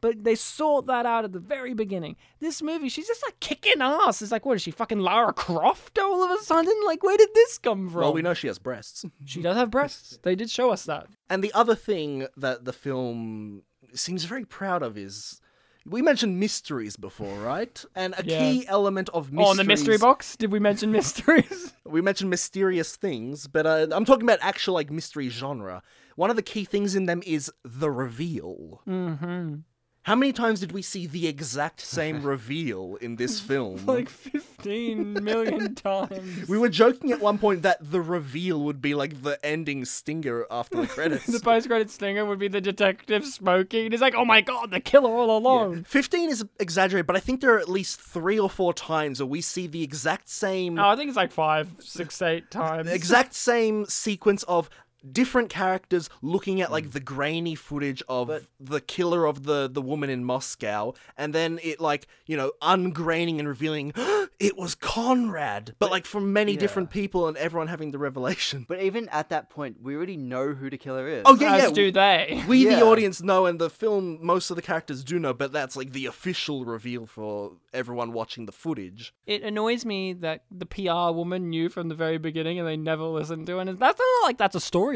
S2: but they sort that out at the very beginning. This movie, she's just like kicking ass. It's like, what is she fucking Lara Croft all of a sudden? Like, where did this come from?
S3: Well, we know she has breasts.
S2: she does have breasts. They did show us that.
S3: And the other thing that the film seems very proud of is We mentioned mysteries before, right? And a
S2: Yeah.
S3: key element of mysteries.
S2: Oh, on the mystery box? Did we mention mysteries?
S3: We mentioned mysterious things, but uh, I'm talking about actual like mystery genre. One of the key things in them is the reveal. Mm-hmm. How many times did we see the exact same reveal in this film?
S2: like 15 million times.
S3: we were joking at one point that the reveal would be like the ending stinger after the credits.
S2: the post credit stinger would be the detective smoking. He's like, oh my god, the killer all along.
S3: 15 is exaggerated, but I think there are at least three or four times where we see the exact same
S2: Oh, I think it's like five, six, eight times.
S3: the exact same sequence of different characters looking at like the grainy footage of the killer of the the woman in Moscow and then it like you know ungraining and revealing it was Conrad but like from many different people and everyone having the revelation
S4: But even at that point, we already know who the killer is.
S3: oh yeah
S2: As
S3: yeah
S2: do they.
S3: we
S4: Yeah.
S3: the audience know and the film most of the characters do know but that's like the official reveal for everyone watching the footage
S2: It annoys me that the PR woman knew from the very beginning and they never listened to it. And that's not like that's a storyline.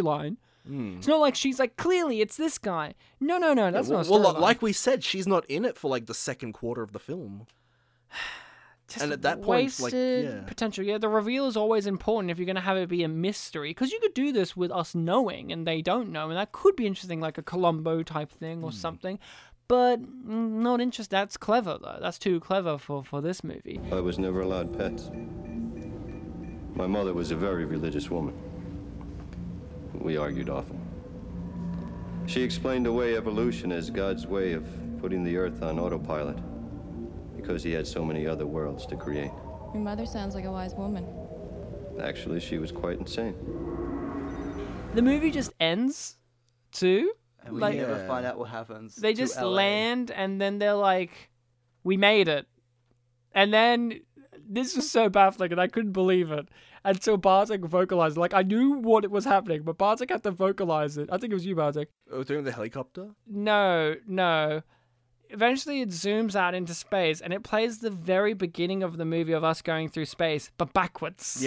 S3: Hmm.
S2: It's not like she's like, clearly it's this guy. No, no, no, that's not a
S3: well,
S2: storyline.
S3: well like we said she's not in it for like the second quarter of the film
S2: Just
S3: and at that point,
S2: wasted
S3: like, yeah.
S2: potential. Yeah, the reveal is always important if you're going to have it be a mystery. Because you could do this with us knowing and they don't know. And that could be interesting, like a Columbo type thing
S3: Hmm.
S2: or something. But mm, not interest. That's clever, though. That's too clever for, for this movie.
S11: I was never allowed pets. My mother was a very religious woman. We argued often. She explained away evolution as God's way of putting the earth on autopilot because he had so many other worlds to create.
S7: Your mother sounds like a wise woman.
S11: Actually, she was quite insane.
S2: The movie just ends, too.
S4: And we
S2: like-
S4: never find out what happens.
S2: They
S4: to
S2: just
S4: LA.
S2: land and then they're like, "We made it," and then this was so baffling, and I couldn't believe it. And so Bartek vocalized, like I knew what it was happening, but Bartek had to vocalize it. I think it was you, Bartek.
S3: Oh, doing the helicopter?
S2: No, no. Eventually, it zooms out into space and it plays the very beginning of the movie of us going through space, but backwards.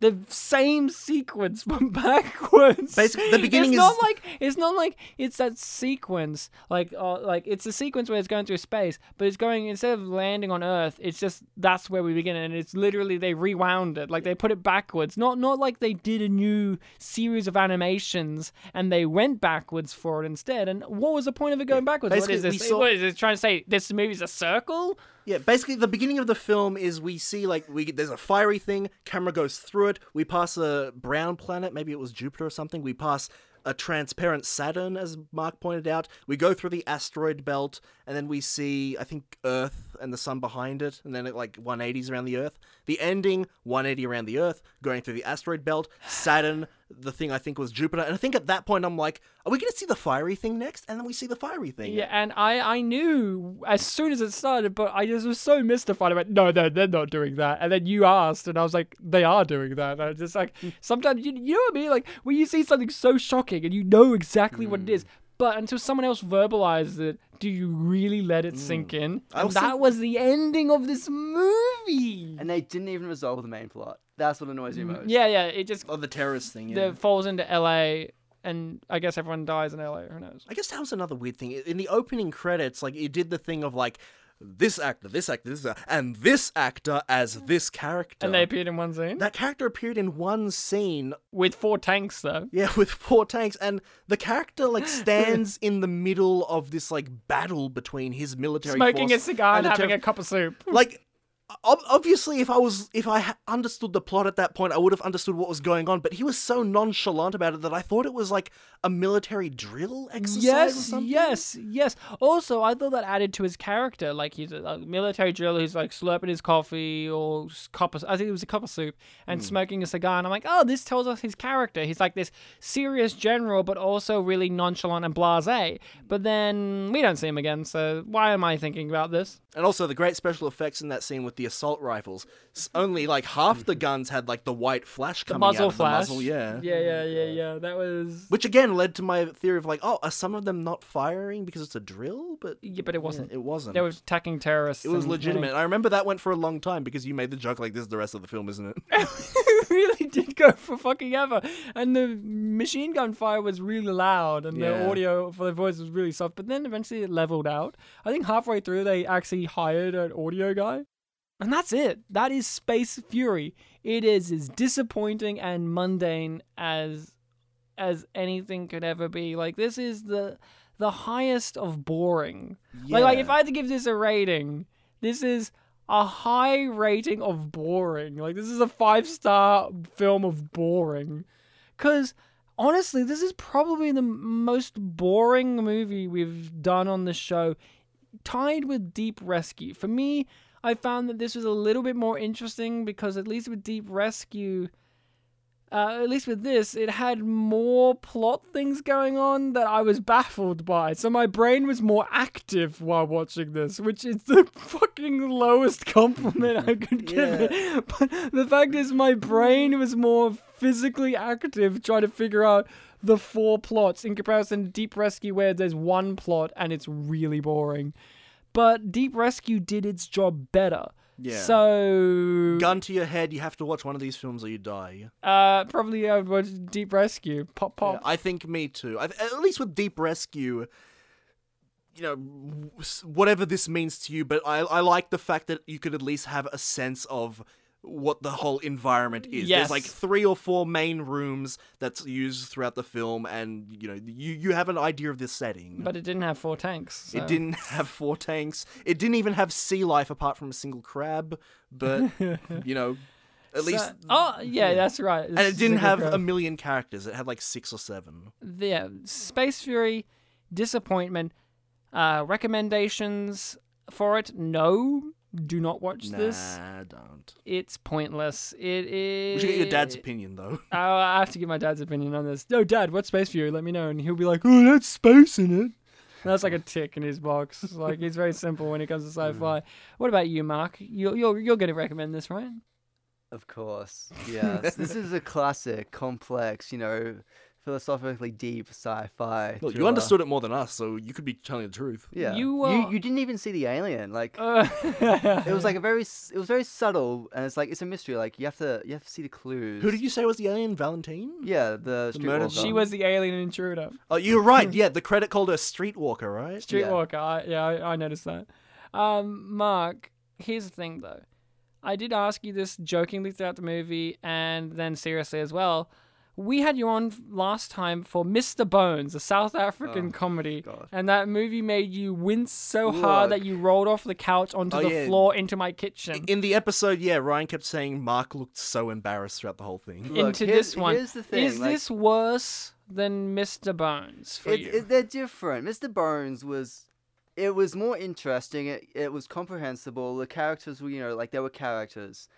S2: The same sequence, but backwards.
S3: Basic- the beginning
S2: it's
S3: is-
S2: not like it's not like it's that sequence. Like, uh, like it's a sequence where it's going through space, but it's going instead of landing on Earth, it's just that's where we begin, and it's literally they rewound it, like they put it backwards. Not not like they did a new series of animations and they went backwards for it instead. And what was the point of it going backwards? What
S3: basically
S2: is
S3: we
S2: this?
S3: saw-
S2: What is this trying to say? This movie's a circle?
S3: Yeah, basically the beginning of the film is we see like we there's a fiery thing, camera goes through it, we pass a brown planet, maybe it was Jupiter or something, we pass a transparent Saturn as Mark pointed out. We go through the asteroid belt and then we see I think Earth and the sun behind it and then it like 180s around the Earth. The ending 180 around the Earth, going through the asteroid belt, Saturn, the thing I think was Jupiter. And I think at that point I'm like, are we going to see the fiery thing next? And then we see the fiery thing.
S2: Yeah, and I, I knew as soon as it started, but I just was so mystified about no, no, they're not doing that. And then you asked, and I was like, they are doing that. And I was just like,
S3: Hmm.
S2: sometimes you, you know what I mean? Like when you see something so shocking and you know exactly what it is,
S3: Hmm.
S2: but until someone else verbalizes it, do you really let it sink in?
S3: Hmm. I
S2: And
S3: also-
S2: that was the ending of this movie.
S4: And they didn't even resolve the main plot. That's what annoys me most.
S2: Mm, Yeah, yeah, it just
S3: Or the terrorist thing, yeah.
S2: that falls into L.A. and I guess everyone dies in L.A. Who knows?
S3: I guess that was another weird thing. In the opening credits, like it did the thing of like this actor, this actor, this actor, and this actor as this character.
S2: And they appeared in one scene
S3: that character appeared in one scene,
S2: with four tanks, though.
S3: yeah, with four tanks, and the character like stands in the middle of this like battle between his military
S2: smoking a
S3: force
S2: cigar and
S3: the
S2: having
S3: terror-
S2: a cup of soup.
S3: like ob- obviously if i was if i ha- understood the plot at that point i would have understood what was going on but he was so nonchalant about it that i thought it was like a military drill exercise or
S2: Yes,
S3: something
S2: yes, yes. Also, I thought that added to his character. Like he's a, a military drill. He's like slurping his coffee or s- cup. Of, I think it was a cup of soup and smoking a cigar. And I'm like, oh, this tells us his character. He's like this serious general, but also really nonchalant and blasé. But then we don't see him again. So why am I thinking about this?
S3: And also the great special effects in that scene with the assault rifles. S- Only like half the guns had like the white flash coming
S2: muzzle
S3: out of
S2: flash.
S3: the muzzle, yeah.
S2: Yeah, yeah, yeah, yeah. That was.
S3: Which again led to my theory of like, oh, are some of them not firing because it's a drill? But
S2: Yeah, but it wasn't.
S3: it wasn't.
S2: They were attacking terrorists.
S3: it was
S2: and-
S3: legitimate. I remember that went for a long time because you made the joke like, "This is the rest of the film, isn't it?"
S2: you really did go for fucking ever. And the machine gun fire was really loud, and
S4: Yeah.
S2: the audio for the voice was really soft. But then eventually it leveled out. I think halfway through they actually hired an audio guy, and that's it. That is Space Fury. It is as disappointing and mundane as as anything could ever be. Like this is the the highest of boring. Like, like if
S12: Yeah.
S2: I had to give this a rating, this is a high rating of boring. Like this is a five star film of boring. Cause honestly, this is probably the m- most boring movie we've done on the show, tied with Deep Rescue. For me, I found that this was a little bit more interesting because at least with Deep Rescue, uh, at least with this, it had more plot things going on that I was baffled by. So my brain was more active while watching this, which is the fucking lowest compliment I could give it. But the fact is, my brain was more physically active trying to figure out the four plots in comparison to Deep Rescue, where there's one plot and it's really boring. But Deep Rescue did its job better.
S3: Yeah.
S2: So
S3: Gun to your head, you have to watch one of these films or you die.
S2: uh, probably I would watch Deep Rescue. Pop pop.
S3: Yeah, I think me too. I, at least with Deep Rescue, you know, w- s- whatever this means to you, but I, I like the fact that you could at least have a sense of what the whole environment is.
S12: Yes.
S3: There's like three or four main rooms that's used throughout the film, and you know, you, you have an idea of this setting.
S2: But uh, it didn't have four tanks. so-
S3: It didn't have four tanks. It didn't even have sea life apart from a single crab. But you know, at
S2: So-
S3: least
S2: oh yeah, that's right.
S3: and it didn't have a million characters. It had like six or seven.
S2: yeah, uh, Space Fury, disappointment. Uh, recommendations for it? No, do not watch this.
S3: Nah, don't.
S2: It's pointless. It is.
S3: We should get your dad's opinion though.
S2: I'll- I have to get my dad's opinion on this. No, Dad, what's space for you? Let me know, and he'll be like, "Oh, that's space in it." And that's like a tick in his box. Like he's very simple when it comes to
S3: Mm.
S2: sci-fi. What about you, Mark? You're you're you're going to recommend this, right?
S4: Of course, yes. this is a classic, complex, you know, philosophically deep sci-fi.
S3: Look, you
S4: thriller.
S3: understood it more than us, so you could be telling the truth.
S4: Yeah.
S2: You, uh,
S4: you you didn't even see the alien. Like it
S2: it
S4: was like a very s- it was very subtle, and it's like it's a mystery. Like you have to you have to see the clues.
S3: Who did you say was the alien? Valentine?
S4: Yeah, the, street
S3: murdered-
S4: walker.
S2: She was the alien intruder.
S3: Oh, you're right. Yeah, the credit called her Streetwalker, right?
S2: Streetwalker. I, yeah, I, I noticed that. Um, Mark, here's the thing though. I did ask you this jokingly throughout the movie, and then seriously as well. We had you on last time for Mr. Bones, a South African
S4: Oh,
S2: comedy,
S4: God.
S2: and that movie made you wince so hard that
S4: Look.
S2: you rolled off the couch onto
S3: Oh,
S2: the
S3: yeah.
S2: floor into my kitchen.
S3: In the episode, yeah, Ryan kept saying Mark looked so embarrassed throughout the whole thing.
S4: Look,
S2: into
S4: here's-
S2: this one.
S4: here's the thing,
S2: Is
S4: like-
S2: this worse than Mr. Bones for
S4: It,
S2: you?
S4: it, they're different. Mr. Burns was. It was more interesting. It, it was comprehensible. The characters were, you know, like they were characters,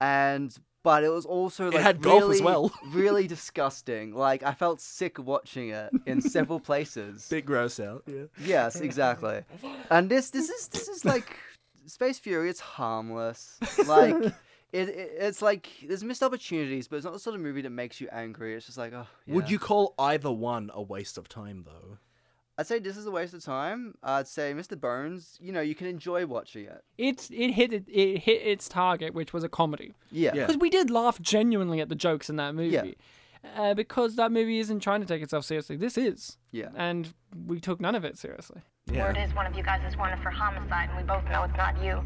S4: and but it was also like
S3: had
S4: really,
S3: golf as well.
S4: really disgusting. Like I felt sick watching it in several places.
S3: Big gross out. Yeah.
S4: Yes, exactly. And this, this is, this is like Space Fury. It's harmless. Like it, it, it's like there's missed opportunities, but it's not the sort of movie that makes you angry. It's just like, oh, yeah.
S3: Would you call either one a waste of time, though?
S4: I'd say this is a waste of time. I'd say Mr. Bones, you know, you can enjoy watching it.
S2: It's it hit it, it hit its target, which was a comedy.
S4: Yeah.
S3: Yeah.
S2: because we did laugh genuinely at the jokes in that movie. Uh, because that movie isn't trying to take itself seriously. This is.
S4: Yeah.
S2: And we took none of it seriously.
S3: Yeah.
S13: Word is one of you guys is wanted for homicide, and we both know it's not you.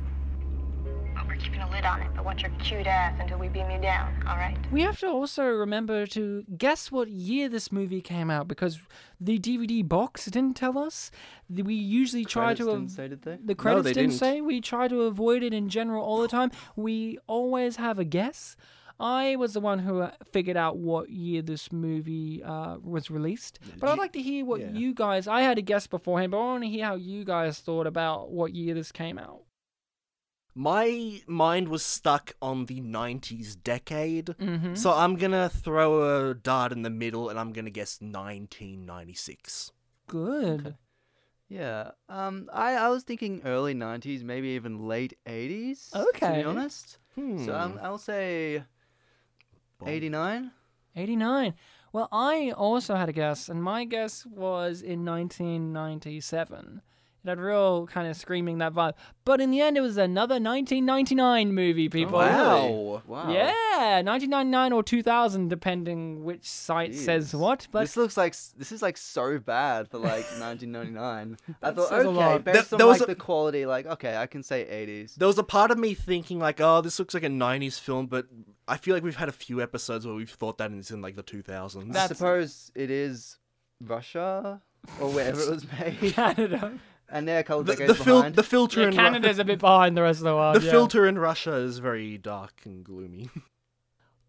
S13: But we're keeping a lid on it, but watch your cute ass until we beam you down, all right?
S2: We have to also remember to guess what year this movie came out because the DVD box didn't tell us. The- We usually try
S4: Credits
S2: to.
S4: didn't
S2: av-
S4: say, did they?
S2: The credits
S3: they
S2: didn't,
S3: didn't.
S2: say. We try to avoid it in general all the time. We always have a guess. I was the one who uh, figured out what year this movie uh, was released. But I'd like to hear what
S3: yeah.
S2: you guys. I had a guess beforehand, but I want to hear how you guys thought about what year this came out.
S3: My mind was stuck on the 90s decade, so I'm gonna throw a dart in the middle and I'm gonna guess 1996.
S2: Good.
S4: Yeah. Um, I, I was thinking early 90s, maybe even late 80s. To
S2: Okay.
S4: be honest. So um, I'll say 89.
S2: 89. Well, I also had a guess, and my guess was in 1997. It had real kind of screaming that vibe. But in the end, it was another 1999 movie, people.
S3: Oh, wow.
S4: Wow.
S2: Yeah, 1999 or 2000, depending which site says
S4: Jeez.
S2: what. But
S4: this looks like s- this is like so bad for like 1999. I
S2: That
S4: thought
S2: says a
S4: okay,
S2: lot.
S4: based
S3: There-
S4: on
S3: there was
S4: like
S3: a-
S4: the quality, like okay, I can say 80s.
S3: There was a part of me thinking like, oh, this looks like a '90s film, but I feel like we've had a few episodes where we've thought that and it's in like the 2000s.
S4: I suppose it is Russia or wherever it was made,
S2: Canada.
S4: and they're a couple
S3: the,
S4: decades
S3: the, fil-
S4: behind.
S3: the filter
S2: Yeah,
S3: in Ru-
S2: Canada's a bit behind the rest of the world.
S3: the
S2: yeah.
S3: filter in Russia is very dark and gloomy.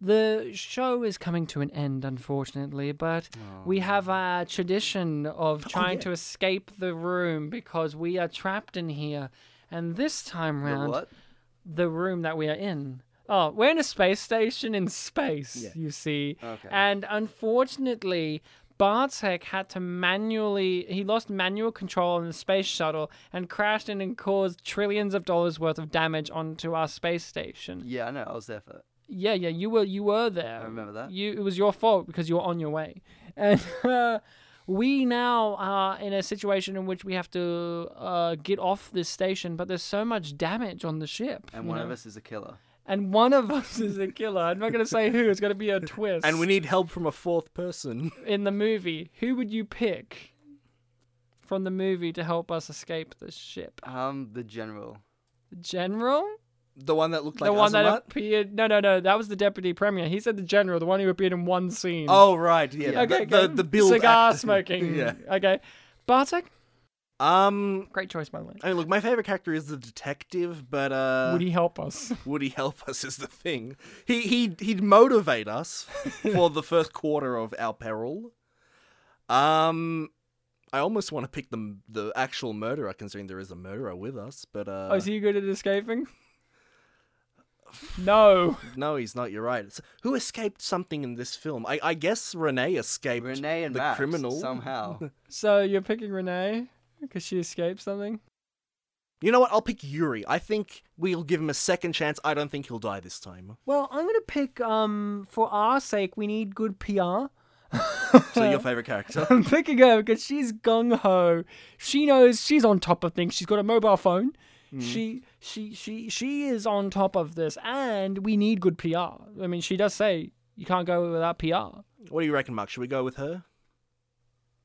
S2: The show is coming to an end, unfortunately, but
S4: Oh.
S2: we have a tradition of trying to escape the room because we are trapped in here. And this time
S4: The
S2: round,
S4: what?
S2: the room that we are in. Oh, we're in a space station in space, you see.
S4: Okay.
S2: And unfortunately, Bartek had to manually, he lost manual control on the space shuttle and crashed in and caused trillions of dollars worth of damage onto our space station.
S4: Yeah, I know. I was there for.
S2: Yeah, yeah, you were you were there.
S4: I remember that.
S2: You it was your fault because you were on your way. And uh, we now are in a situation in which we have to uh, get off this station, but there's so much damage on the ship.
S4: And
S2: you
S4: one
S2: know?
S4: of us is a killer.
S2: and one of us is a killer. I'm not gonna say who. It's gonna be a twist.
S3: And we need help from a fourth person.
S2: in the movie, who would you pick from the movie to help us escape the ship?
S4: Um, the general.
S2: The general?
S3: The one that looked like
S2: the one that
S3: Azamat?
S2: appeared? No, no, no. That was the deputy premier. He said the general, the one who appeared in one scene.
S3: Oh right, yeah.
S2: Yeah, okay,
S3: the, the
S2: okay.
S3: the build
S2: cigar
S3: act-
S2: smoking.
S3: yeah.
S2: Okay. Bartek,
S3: Um.
S2: great choice by the way.
S3: I mean, look, my favorite character is the detective, but uh,
S2: Would he help us?
S3: would he help us is the thing. He he he'd motivate us for the first quarter of our peril. Um I almost want to pick the the actual murderer considering there is a murderer with us, but uh
S2: oh, is he good at escaping? no.
S3: no, he's not, you're right. It's- who escaped something in this film? I, I guess Renee escaped
S4: Renee and
S3: the
S4: Max
S3: criminal
S4: somehow.
S2: So you're picking Renee because she escaped something.
S3: You know what? I'll pick Yuri. I think we'll give him a second chance. I don't think he'll die this time.
S2: Well, I'm gonna pick. Um, for our sake, we need good PR.
S3: So your favorite character?
S2: I'm picking her because she's gung ho. She knows she's on top of things. She's got a mobile phone. She she she she is on top of this, and we need good PR. I mean, she does say you can't go without PR.
S3: what do you reckon, Mark? Should we go with her?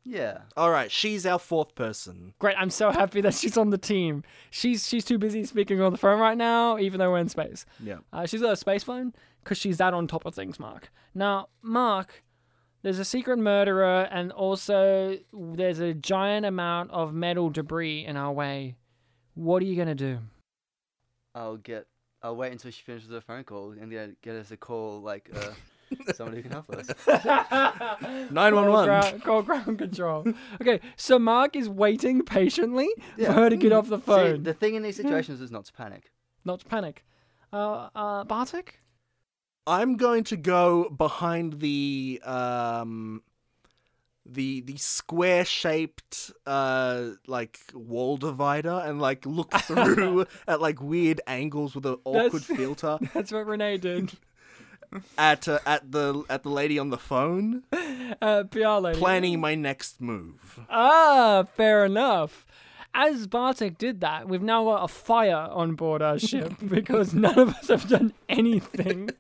S4: yeah.
S3: All right, she's our fourth person.
S2: Great, I'm so happy that she's on the team. She's she's too busy speaking on the phone right now, even though we're in space.
S3: Yeah.
S2: Uh, she's got a space phone because she's that on top of things, Mark. Now, Mark, there's a secret murderer, and also there's a giant amount of metal debris in our way. What are you gonna do?
S4: I'll get. I'll wait until she finishes her phone call and get, get us a call like uh, somebody who can help us.
S3: 911.
S2: Call ground, call ground control. okay, so Mark is waiting patiently
S4: Yeah.
S2: for her to get off the phone,
S4: See, the thing in these situations is not to panic.
S2: not to panic. Uh, uh, Bartek.
S3: I'm going to go behind the um the the square shaped uh like wall divider and like look through at like weird angles with an awkward
S2: That's-
S3: filter
S2: That's what Renee did.
S3: at uh, at the at the lady on the phone
S2: Uh, PR lady.
S3: planning my next move.
S2: Ah, fair enough. As Bartek did that, we've now got a fire on board our ship because none of us have done anything.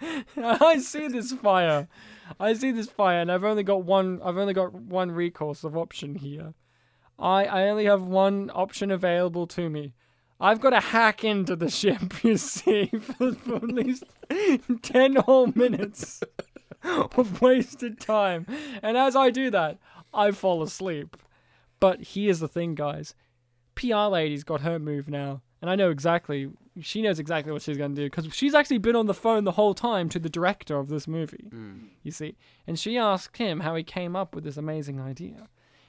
S2: I see this fire. I see this fire, and I've only got one. I've only got one recourse of option here. I I only have one option available to me. I've got to hack into the ship, you see, for, for at least ten whole minutes of wasted time. And as I do that, I fall asleep. But here's the thing, guys. PR lady's got her move now, and I know exactly. She knows exactly what she's going to do because she's actually been on the phone the whole time to the director of this movie. You see, and she asked him how he came up with this amazing idea,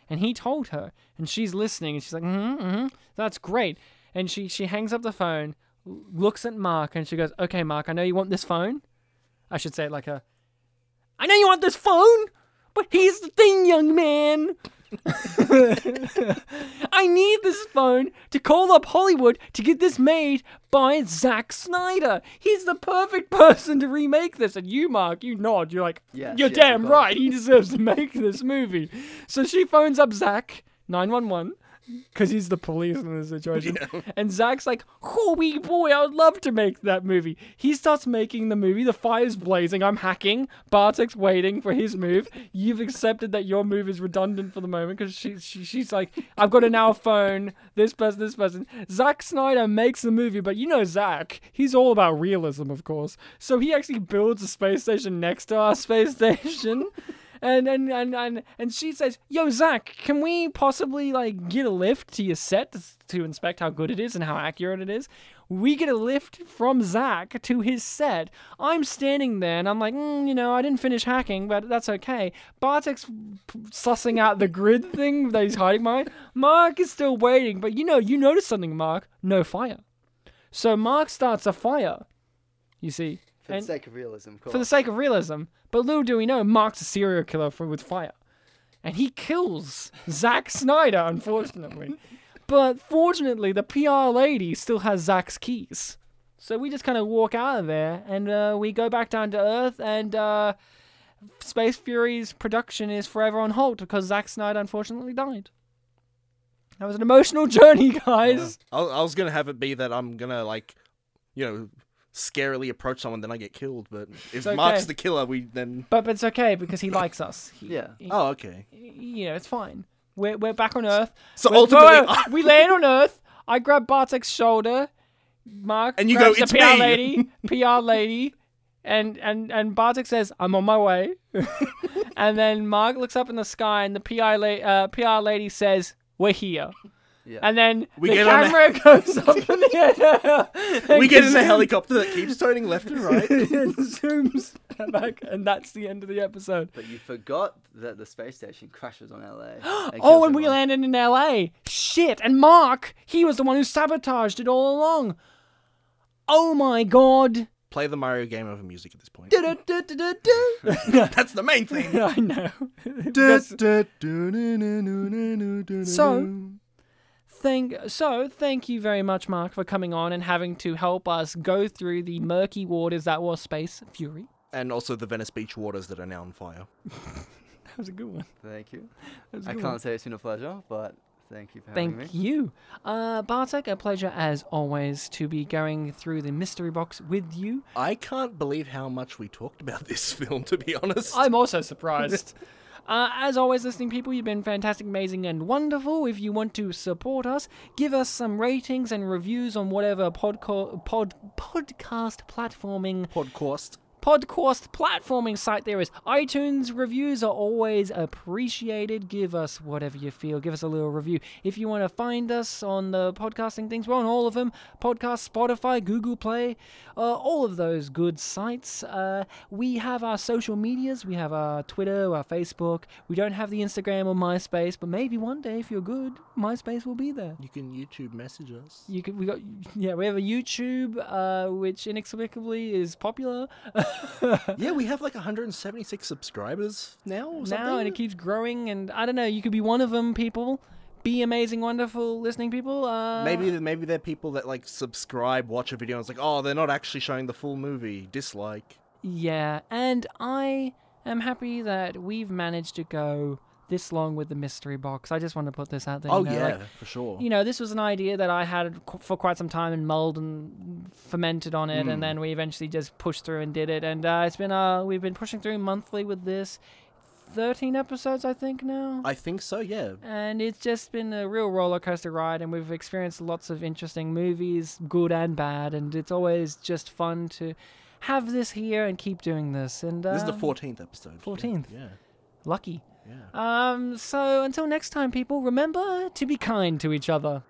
S2: and he told her, and she's listening, and she's like, "Mm-hmm, mm-hmm that's great." And she she hangs up the phone, l- looks at Mark, and she goes, "Okay, Mark, I know you want this phone." I should say it like a, "I know you want this phone." But here's the thing, young man. I need this phone to call up Hollywood to get this made by Zack Snyder. He's the perfect person to remake this. And you, Mark, you nod. You're like,
S4: Yes,
S2: you're
S4: yes, of
S2: damn
S4: course."
S2: right. He deserves to make this movie. So she phones up Zack, 911. because he's the police in this situation. And Zach's like, "Hooey boy, I would love to make that movie." He starts making the movie. The fire's blazing. I'm hacking. Bartek's waiting for his move. You've accepted that your move is redundant for the moment because she, she she's like, "I've got to now phone this person, this person." Zack Snyder makes the movie, but you know Zach, he's all about realism, of course. So he actually builds a space station next to our space station. and and and and, and she says, "Yo, Zach, can we possibly like get a lift to your set to, to inspect how good it is and how accurate it is?" We get a lift from Zach to his set. I'm standing there and I'm like, mm, you know, I didn't finish hacking, but that's okay. Bartek's p- sussing out the grid thing that he's hiding behind. Mark is still waiting, but you know, you notice something, Mark. No fire. So Mark starts a fire. You see,
S4: For
S2: and-
S4: the sake of realism, of course.
S2: for the sake of realism. But little do we know, Mark's a serial killer for, with fire. And he kills Zack Snyder, unfortunately. but fortunately, the PR lady still has Zack's keys. So we just kind of walk out of there and uh, we go back down to Earth, and uh, Space Fury's production is forever on hold because Zack Snyder unfortunately died. That was an emotional journey, guys.
S3: I, I was gonna have it be that I'm gonna like, you know, scarily approach someone, then I get killed. But if
S2: okay.
S3: Mark's the killer, we then.
S2: But, but it's okay because he likes us. He-
S4: Yeah.
S2: he-
S3: Oh, okay.
S2: you know, it's fine. We're, we're back on Earth.
S3: So
S2: We're-
S3: ultimately-
S2: no, no, we land on Earth. I grab Bartek's shoulder. Mark
S3: And you go,
S2: grabs
S3: "It's
S2: the PR
S3: me."
S2: lady, PR lady, and and and Bartek says, "I'm on my way." and then Mark looks up in the sky, and the PI la- uh, PR lady says, "We're here."
S4: Yeah.
S2: And then
S3: We
S2: the
S3: get on a-
S2: camera goes up in the air. and
S3: We get in a
S2: zooms-
S3: helicopter that keeps turning left and right.
S2: and zooms back, and that's the end of the episode.
S4: But you forgot that the space station crashes on LA.
S2: Oh, and we landed in LA. Shit. And Mark, he was the one who sabotaged it all along. Oh my god.
S3: Play the Mario game over music at this point.
S2: Du-du-du-du-du-du.
S3: That's the main thing.
S2: I know. That's-
S3: so,
S2: Thank so thank you very much, Mark, for coming on and having to help us go through the murky waters that was Space Fury.
S3: and also the Venice Beach waters that are now on fire.
S2: That was a good one.
S4: Thank you.
S2: That was a
S4: I
S2: good one.
S4: can't say it's been a pleasure, but thank you for having
S2: Thank
S4: me.
S2: you. Uh, Bartek, a pleasure as always to be going through the mystery box with you.
S3: I can't believe how much we talked about this film. To be honest,
S2: I'm also surprised. Uh, as always, listening people, you've been fantastic, amazing, and wonderful. If you want to support us, give us some ratings and reviews on whatever podco- pod podcast platforming
S3: podcast.
S2: podcast platforming site there is. iTunes reviews are always appreciated. Give us whatever you feel. Give us a little review. If you want to find us on the podcasting things, we're on all of them podcast, Spotify, Google Play, uh, all of those good sites. Uh, we have our social medias. We have our Twitter, our Facebook. We don't have the Instagram or MySpace, but maybe one day, if you're good, MySpace will be there.
S3: You can YouTube message us.
S2: You could, we got yeah we have a YouTube uh, which inexplicably is popular.
S3: Yeah, we have like 176 subscribers now. Or something.
S2: now and it keeps growing and i don't know you could be one of them people be amazing wonderful listening people uh
S3: Maybe maybe they're people that like subscribe, watch a video, and it's like, oh, they're not actually showing the full movie. Dislike.
S2: yeah and i am happy that we've managed to go this long with the mystery box i just want to put this out there you
S3: oh
S2: know,
S3: yeah,
S2: like,
S3: for sure.
S2: you know, this was an idea that I had qu- for quite some time and mulled and fermented on it,
S3: Hmm.
S2: and then we eventually just pushed through and did it. And uh, it's been uh, we've been pushing through monthly with this, thirteen episodes I think now.
S3: I think so. Yeah.
S2: and it's just been a real roller coaster ride and we've experienced lots of interesting movies good and bad and it's always just fun to have this here and keep doing this and uh,
S3: This is the 14th episode. yeah,
S2: 14th.
S3: Yeah.
S2: lucky
S3: Yeah.
S2: um so until next time people remember to be kind to each other